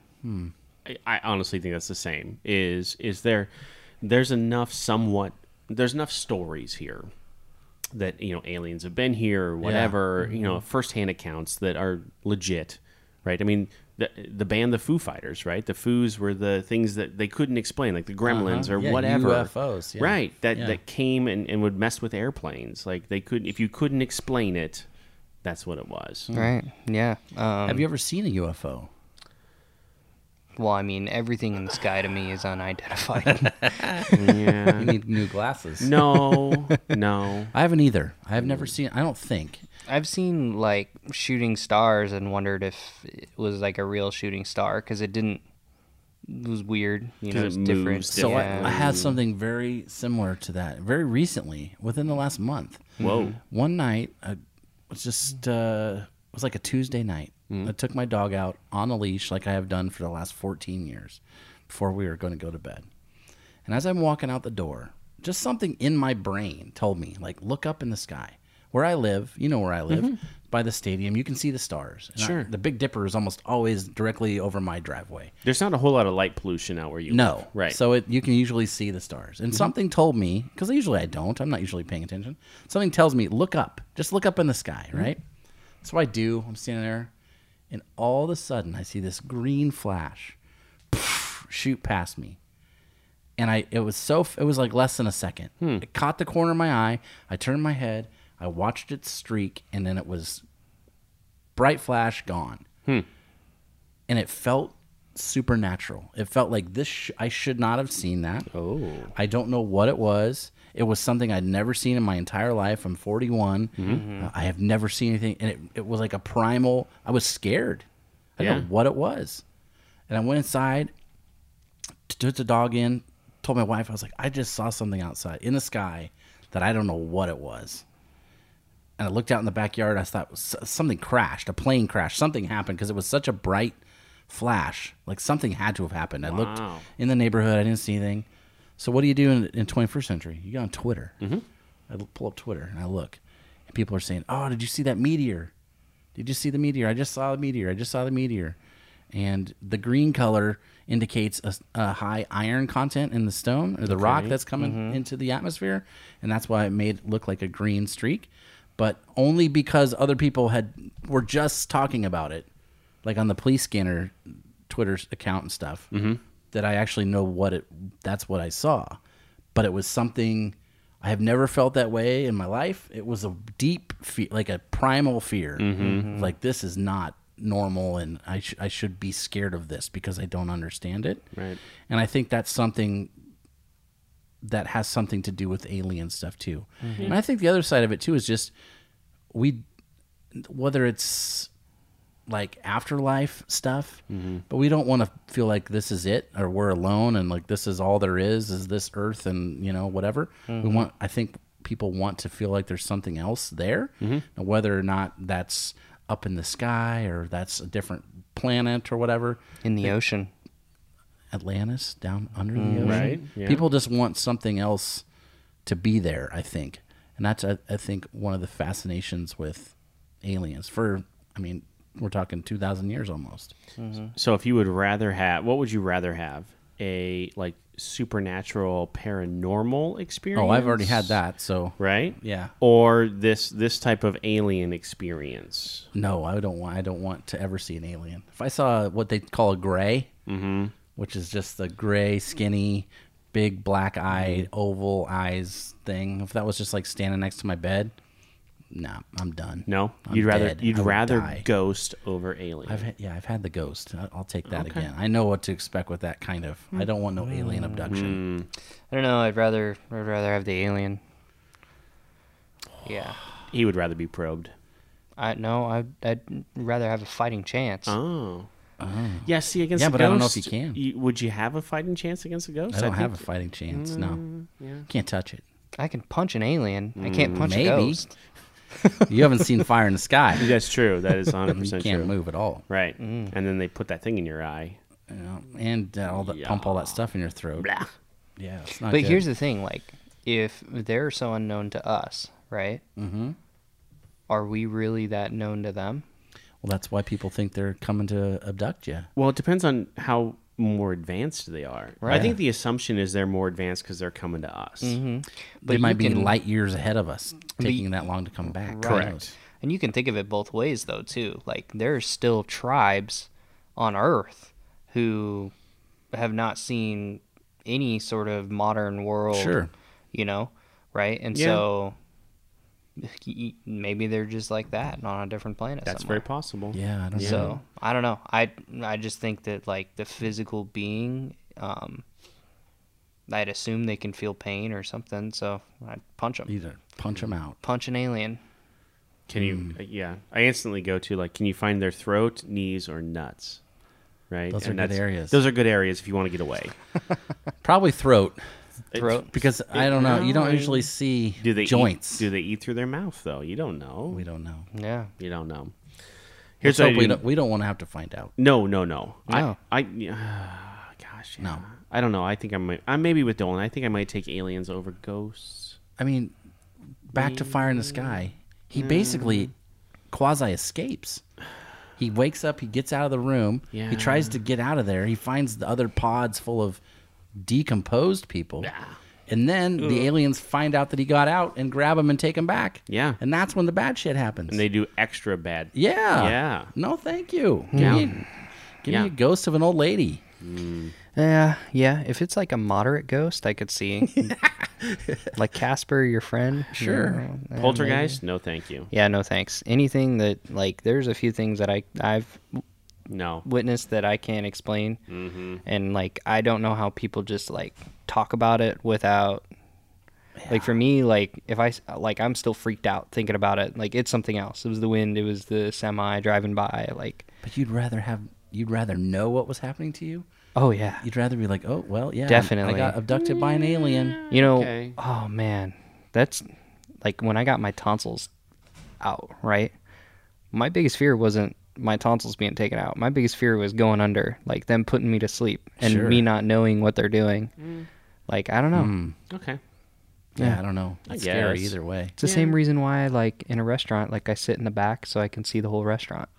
Speaker 1: I, I honestly think that's the same. Is is there? There's enough somewhat. There's enough stories here that you know aliens have been here or whatever.
Speaker 2: Mm-hmm.
Speaker 1: You know, firsthand accounts that are legit, right? I mean, the the band, the Foo Fighters, right? The Foos were the things that they couldn't explain, like the Gremlins
Speaker 2: Uh-huh.
Speaker 1: or
Speaker 2: Yeah,
Speaker 1: whatever.
Speaker 2: UFOs, yeah.
Speaker 1: right? That
Speaker 2: Yeah.
Speaker 1: that came and, and would mess with airplanes. Like they could, if you couldn't explain it, that's what it was.
Speaker 3: Right. Yeah. Um,
Speaker 2: Have you ever seen a UFO?
Speaker 3: well, I mean, everything in the sky to me is unidentified.
Speaker 2: You
Speaker 1: Yeah.
Speaker 2: need new glasses.
Speaker 1: no, no.
Speaker 2: I haven't either. I've never seen. I don't think.
Speaker 3: I've seen like shooting stars and wondered if it was like a real shooting star because it didn't. It was weird. You know,
Speaker 1: it
Speaker 3: it's
Speaker 1: moves
Speaker 3: different.
Speaker 1: different.
Speaker 2: So
Speaker 3: Yeah.
Speaker 2: I, I had something very similar to that very recently, within the last month.
Speaker 1: Whoa.
Speaker 2: One night, I was just uh, it was like a Tuesday night. I took my dog out on a leash, like I have done for the last 14 years, before we were going to go to bed. And as I'm walking out the door, just something in my brain told me, like, look up in the sky. Where I live, you know where I live, by the stadium, you can see the stars. And I-
Speaker 1: Sure.
Speaker 2: the Big Dipper is almost always directly over my driveway.
Speaker 1: There's not a whole lot of light pollution out where you live.
Speaker 2: No.
Speaker 1: Right. Mm-hmm.
Speaker 2: So it, you can usually see the stars. And something told me, because usually I don't, I'm not usually paying attention. Something tells me, look up. Just look up in the sky,
Speaker 1: Mm-hmm.
Speaker 2: right? So I do. I'm standing there. And all of a sudden, I see this green flash shoot past me. And I, it was so, f- it was like less than a second.
Speaker 1: Hmm.
Speaker 2: It caught the corner of my eye. I turned my head. I watched it streak. And then it was bright flash gone and it felt supernatural. It felt like this. Sh- I should not have seen that.
Speaker 1: Oh.
Speaker 2: I don't know what it was. It was something I'd never seen in my entire life. I'm 41. Uh, I have never seen anything, and it, it was like a primal. I was scared. I didn't
Speaker 1: Yeah.
Speaker 2: know what it was, and I went inside, t- took the dog in, told my wife. I was like, I just saw something outside in the sky that I don't know what it was and I looked out in the backyard. I thought s- something crashed, a plane crashed. Something happened because it was such a bright flash. Like something had to have happened. I looked
Speaker 1: Wow.
Speaker 2: in the neighborhood. I didn't see anything. So what do you do in, in 21st century? You go on Twitter. Mm-hmm. I l- pull up Twitter and I look, and people are saying, "Oh, did you see that meteor? Did you see the meteor? I just saw the meteor. I just saw the meteor." And the green color indicates a, s- a high iron content in the stone or the rock that's coming into the atmosphere, and that's why it made it look like a green streak. But only because other people had were just talking about it, like on the police scanner Twitter's account and stuff, that I actually know what it. That's what I saw, but it was something I have never felt that way in my life. It was a deep, fe- like a primal fear, like this is not normal, and I sh- I should be scared of this because I don't understand it.
Speaker 1: Right.
Speaker 2: And I think that's something that has something to do with alien stuff too. And I think the other side of it too is just we whether it's like afterlife stuff, but we don't want to feel like this is it or we're alone and like this is all there is is this earth and you know whatever. We want I think people want to feel like there's something else there. And whether or not that's up in the sky or that's a different planet or whatever.
Speaker 3: in the ocean.
Speaker 2: Atlantis down under the ocean.
Speaker 1: Mm. Right, yeah.
Speaker 2: People just want something else to be there, I think. And that's, I, I think, one of the fascinations with aliens. For, I mean, we're talking 2,000 years almost.
Speaker 1: So if you would rather have, what would you rather have? A like supernatural paranormal experience?
Speaker 2: Oh, I've already had that. So,
Speaker 1: Right?
Speaker 2: Yeah.
Speaker 1: Or this this type of alien experience.
Speaker 2: no, I don't want, I don't want to ever see an alien. If I saw what they call a gray,
Speaker 1: Mm-hmm.
Speaker 2: which is just the gray, skinny, big black eyed,
Speaker 1: Mm-hmm.
Speaker 2: oval eyes thing, if that was just like standing next to my bed, nah, I'm done.
Speaker 1: No,
Speaker 2: I'm
Speaker 1: you'd rather
Speaker 2: dead.
Speaker 1: you'd
Speaker 2: I would
Speaker 1: rather
Speaker 2: die.
Speaker 1: ghost over alien.
Speaker 2: I've had, yeah, I've had the ghost. I- I'll take that again. I know what to expect with that kind of. I don't want no alien
Speaker 1: Mm.
Speaker 2: abduction.
Speaker 3: I don't know. I'd rather I'd rather have the alien. Yeah.
Speaker 1: he would rather be probed.
Speaker 3: I no. I'd, I'd rather have a fighting chance.
Speaker 1: Oh. Yeah, see, against
Speaker 2: Yeah,
Speaker 1: a
Speaker 2: but I
Speaker 1: ghost,
Speaker 2: don't know if you can.
Speaker 1: would you have a fighting chance against a ghost?
Speaker 2: I don't have a
Speaker 1: think-
Speaker 2: fighting chance. No, can't touch it.
Speaker 3: I can punch an alien. I can't punch
Speaker 2: Mm, maybe.
Speaker 3: a ghost.
Speaker 2: You haven't seen fire in the sky. You Mm.
Speaker 1: That's true. That is 100%
Speaker 2: can't
Speaker 1: true.
Speaker 2: move at all.
Speaker 1: Right. And then they put that thing in your eye.
Speaker 2: You know? And uh, all that pump all that stuff in your throat.
Speaker 1: Blah.
Speaker 2: Yeah, it's not.
Speaker 3: But
Speaker 2: good.
Speaker 3: here's the thing: like, if they're so unknown to us, right? Mm-hmm. Are we really that known to them?
Speaker 2: well, that's why people think they're coming to abduct you.
Speaker 1: Well, it depends on how more advanced they are. I
Speaker 3: Right.
Speaker 1: think the assumption is they're more advanced because they're coming to us.
Speaker 2: Mm-hmm. They
Speaker 3: you
Speaker 2: might be
Speaker 3: can-
Speaker 2: light years ahead of us, taking that long to come back. Who
Speaker 3: Right.
Speaker 2: knows?
Speaker 3: And you can think of it both ways, though, too. Like, there are still tribes on Earth who have not seen any sort of modern world.
Speaker 2: Sure.
Speaker 3: You know, right? And
Speaker 1: Yeah.
Speaker 3: so y- y- maybe they're just like that and on a different planet.
Speaker 1: That's
Speaker 3: somewhere.
Speaker 1: very possible.
Speaker 2: Yeah, I don't know.
Speaker 3: So I don't know. I I just think that like the physical being, um, I'd assume they can feel pain or something. So I'd punch them.
Speaker 2: Either punch them out.
Speaker 3: Punch an alien.
Speaker 1: Can you?
Speaker 2: Mm.
Speaker 1: uh, Yeah, I instantly go to like, can you find their throat, knees, or nuts? Right.
Speaker 2: Those are good
Speaker 1: that's-
Speaker 2: areas.
Speaker 1: Those are good areas if you want to get away.
Speaker 2: Probably throat,
Speaker 3: Throat.
Speaker 2: because I don't know. You
Speaker 1: no,
Speaker 2: don't
Speaker 1: I-
Speaker 2: usually see
Speaker 1: Do they eat-
Speaker 2: joints.
Speaker 1: do they eat through their mouth though? You don't know.
Speaker 2: we don't know.
Speaker 3: Yeah.
Speaker 1: You don't know. Here's
Speaker 2: So
Speaker 1: what I
Speaker 2: we
Speaker 1: do-
Speaker 2: don't, we don't want to have to find out.
Speaker 1: No, no, no.
Speaker 3: No.
Speaker 1: I, I yeah. gosh, yeah.
Speaker 2: No.
Speaker 1: I don't know. I think I might. I maybe with Dolan. I think I might take aliens over ghosts.
Speaker 2: I mean, back to Fire in the Sky. He basically quasi escapes. He wakes up, he gets out of the room,
Speaker 1: Yeah.
Speaker 2: he tries to get out of there, he finds the other pods full of decomposed people. And then the aliens find out that he got out and grab him and take him back.
Speaker 1: Yeah.
Speaker 2: And that's when the bad shit happens.
Speaker 1: And they do extra bad.
Speaker 2: yeah.
Speaker 1: Yeah.
Speaker 2: No, thank you. Give,
Speaker 1: Yeah.
Speaker 2: me, give
Speaker 1: Yeah.
Speaker 2: me a ghost of an old lady.
Speaker 3: Yeah. Yeah. If it's like a moderate ghost, I could see. like Casper, your friend.
Speaker 2: Sure.
Speaker 3: Yeah, yeah,
Speaker 1: Poltergeist? No, thank you.
Speaker 3: maybe. Yeah. No thanks. Anything that like there's a few things that I I've
Speaker 1: No.
Speaker 3: witnessed that I can't explain, and like I don't know how people just like talk about it without. Like for me, like if I s- like I'm still freaked out thinking about it. Like it's something else. It was the wind. It was the semi driving by. Like
Speaker 2: But you'd rather have you'd rather know what was happening to you.
Speaker 3: oh yeah,
Speaker 2: You'd rather be like, oh well, yeah, I
Speaker 3: Definitely.
Speaker 2: got abducted by an alien.
Speaker 3: you know.
Speaker 1: Okay.
Speaker 3: Oh man, that's like when I got my tonsils out. Right, my biggest fear wasn't my tonsils being taken out. My biggest fear was going under, like them putting me to sleep and
Speaker 2: Sure.
Speaker 3: me not knowing what they're doing. Like I don't know.
Speaker 1: Okay.
Speaker 2: Yeah, I don't know. It's scary
Speaker 1: guess.
Speaker 2: either way.
Speaker 3: It's the same reason why, like in a restaurant, like I sit in the back so I can see the whole restaurant.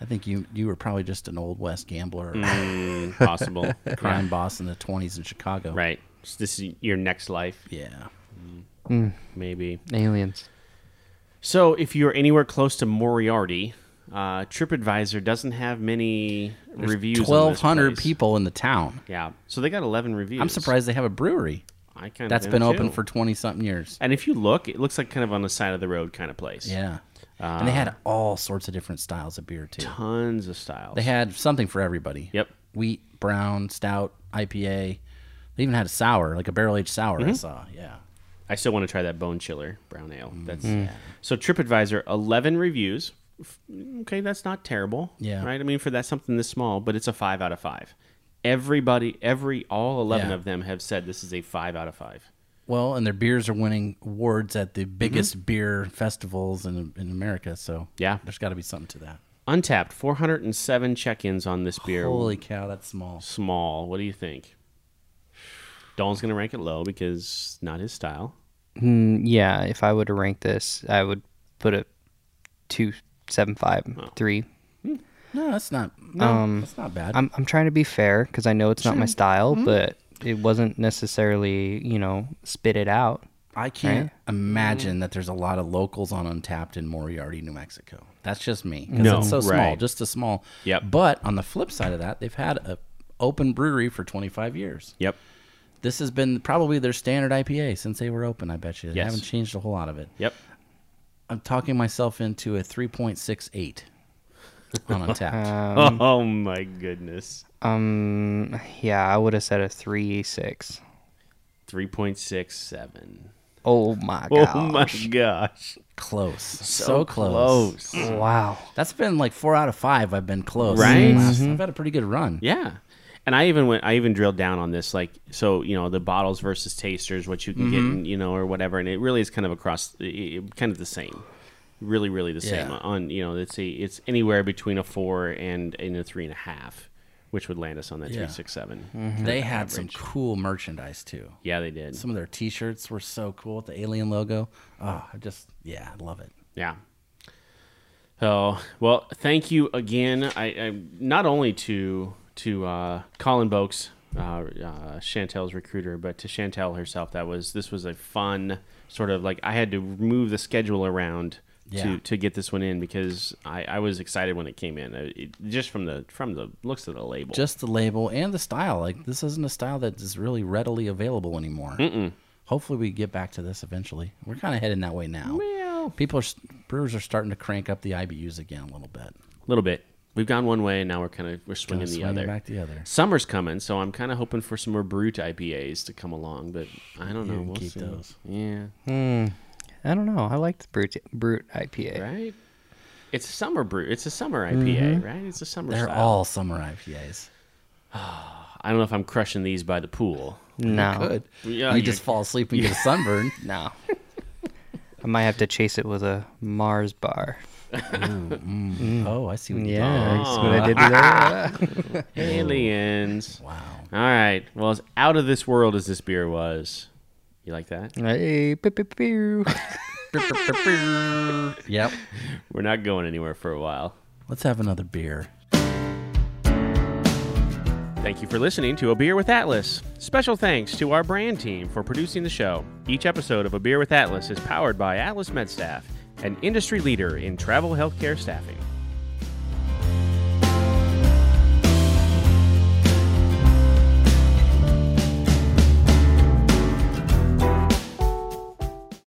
Speaker 2: I think you you were probably just an old west gambler, or
Speaker 1: Mm, possible.
Speaker 2: crime boss in the twenties in Chicago.
Speaker 1: Right. So this is your next life,
Speaker 2: Yeah.
Speaker 1: maybe.
Speaker 3: Aliens.
Speaker 1: So, if you're anywhere close to Moriarty, uh, TripAdvisor doesn't have many reviews. on this
Speaker 2: Twelve hundred
Speaker 1: place.
Speaker 2: people in the town.
Speaker 1: Yeah. So they got 11 reviews.
Speaker 2: I'm surprised they have a brewery
Speaker 1: I kind
Speaker 2: that's been open for twenty something years.
Speaker 1: And if you look, it looks like kind of on the side of the road kind of place.
Speaker 2: Yeah. Ah. and they had all sorts of different styles of beer too.
Speaker 1: Tons of styles.
Speaker 2: They had something for everybody.
Speaker 1: Yep.
Speaker 2: Wheat, brown, stout, IPA. They even had a sour, like a barrel aged sour. I saw. Yeah.
Speaker 1: I still want to try that bone chiller brown ale.
Speaker 2: Mm.
Speaker 1: That's so TripAdvisor, eleven reviews. F- Okay, that's not terrible.
Speaker 2: Yeah.
Speaker 1: Right. I mean, for that something this small, but it's a five out of five. Everybody, every all eleven
Speaker 2: Yeah.
Speaker 1: of them have said this is a five out of five.
Speaker 2: Well, and their beers are winning awards at the
Speaker 1: Mm-hmm.
Speaker 2: biggest beer festivals in in America. So
Speaker 1: Yeah.
Speaker 2: there's got to be something to that.
Speaker 1: Untapped, four hundred and seven check-ins on this beer.
Speaker 2: Holy cow, that's small.
Speaker 1: Small. What do you think? Dolan's gonna rank it low because not his style.
Speaker 3: Mm, yeah, if I were to rank this, I would put it two seven five three.
Speaker 2: No, that's not. No,
Speaker 1: Um,
Speaker 2: that's not bad.
Speaker 3: I'm I'm trying to be fair because I know it's not my style, but it wasn't necessarily you know spit it out.
Speaker 2: I can't imagine that there's a lot of locals on Untapped in Moriarty, New Mexico. That's just me. 'cause
Speaker 1: No,
Speaker 2: it's so small,
Speaker 1: right.
Speaker 2: just a small.
Speaker 1: Yep.
Speaker 2: But on the flip side of that, they've had a open brewery for 25 years.
Speaker 1: Yep.
Speaker 2: This has been probably their standard IPA since they were open. I bet you they
Speaker 1: Yes.
Speaker 2: haven't changed a whole lot of it.
Speaker 1: Yep.
Speaker 2: I'm talking myself into a 3.68 on Untapped.
Speaker 1: oh my goodness.
Speaker 3: Um, yeah, I would have said a three six.
Speaker 1: Three point six seven.
Speaker 3: Oh my god!
Speaker 1: Oh my gosh.
Speaker 2: close, so close.
Speaker 3: Wow.
Speaker 2: That's been like four out of five. I've been close,
Speaker 1: Right?
Speaker 2: Last- I've had a pretty good run.
Speaker 1: Yeah. And I even went I even drilled down on this like so you know the bottles versus tasters what you can get
Speaker 2: Mm-hmm.
Speaker 1: and, you know or whatever and it really is kind of across i- i- kind of the same. Really really the same
Speaker 2: Yeah.
Speaker 1: on you know it's a, it's anywhere between a 4 and and a three and a half which would land us on that
Speaker 2: Yeah.
Speaker 1: 367.
Speaker 2: They had some cool merchandise too.
Speaker 1: Yeah, they did.
Speaker 2: Some of their T-shirts were so cool with the alien logo. Oh, I just yeah, I love it.
Speaker 1: Yeah. Oh well, thank you again. I, I not only to to uh, Colin Boakes, uh, uh, Chantel's recruiter, but to Chantel herself, that was this was a fun sort of like I had to move the schedule around
Speaker 2: Yeah.
Speaker 1: to to get this one in because I, I was excited when it came in, I, it, just from the from the looks of the label.
Speaker 2: Just the label and the style. Like this isn't a style that is really readily available anymore. Hopefully, we get back to this eventually. We're kind of heading that way now.
Speaker 1: Well.
Speaker 2: people are s- brewers are starting to crank up the IBUs again a little bit.
Speaker 1: little bit. We've gone one way, and now we're kind of we're swinging the
Speaker 2: swing it
Speaker 1: other.
Speaker 2: back the other.
Speaker 1: Summer's coming, so I'm kind of hoping for some more brute IPAs to come along, but I don't know.
Speaker 2: can
Speaker 1: We'll
Speaker 2: keep
Speaker 1: see.
Speaker 2: those.
Speaker 1: Yeah,
Speaker 3: I don't know. I like the brute brute IPA.
Speaker 1: right. It's a summer brew. It's a summer IPA, right? It's a summer.
Speaker 2: Mm-hmm. They're
Speaker 1: style.
Speaker 2: all summer IPAs.
Speaker 1: I don't know if I'm crushing these by the pool.
Speaker 3: No,
Speaker 2: Good.
Speaker 1: Yeah,
Speaker 2: you
Speaker 1: you're-
Speaker 2: just fall asleep and get a sunburn.
Speaker 3: no. I might have to chase it with a Mars bar.
Speaker 2: Oh, I see what you did.
Speaker 3: Yeah, that's what I did there.
Speaker 1: Aliens.
Speaker 2: Wow.
Speaker 1: All right. Well, as out of this world as this beer was, you like that?
Speaker 3: Hey, pew, pew, pew.
Speaker 2: Yep.
Speaker 1: We're not going anywhere for a while.
Speaker 2: Let's have another beer.
Speaker 1: Thank you for listening to A Beer with Atlas. Special thanks to our brand team for producing the show. Each episode of A Beer with Atlas is powered by Atlas MedStaff, an industry leader in travel healthcare staffing.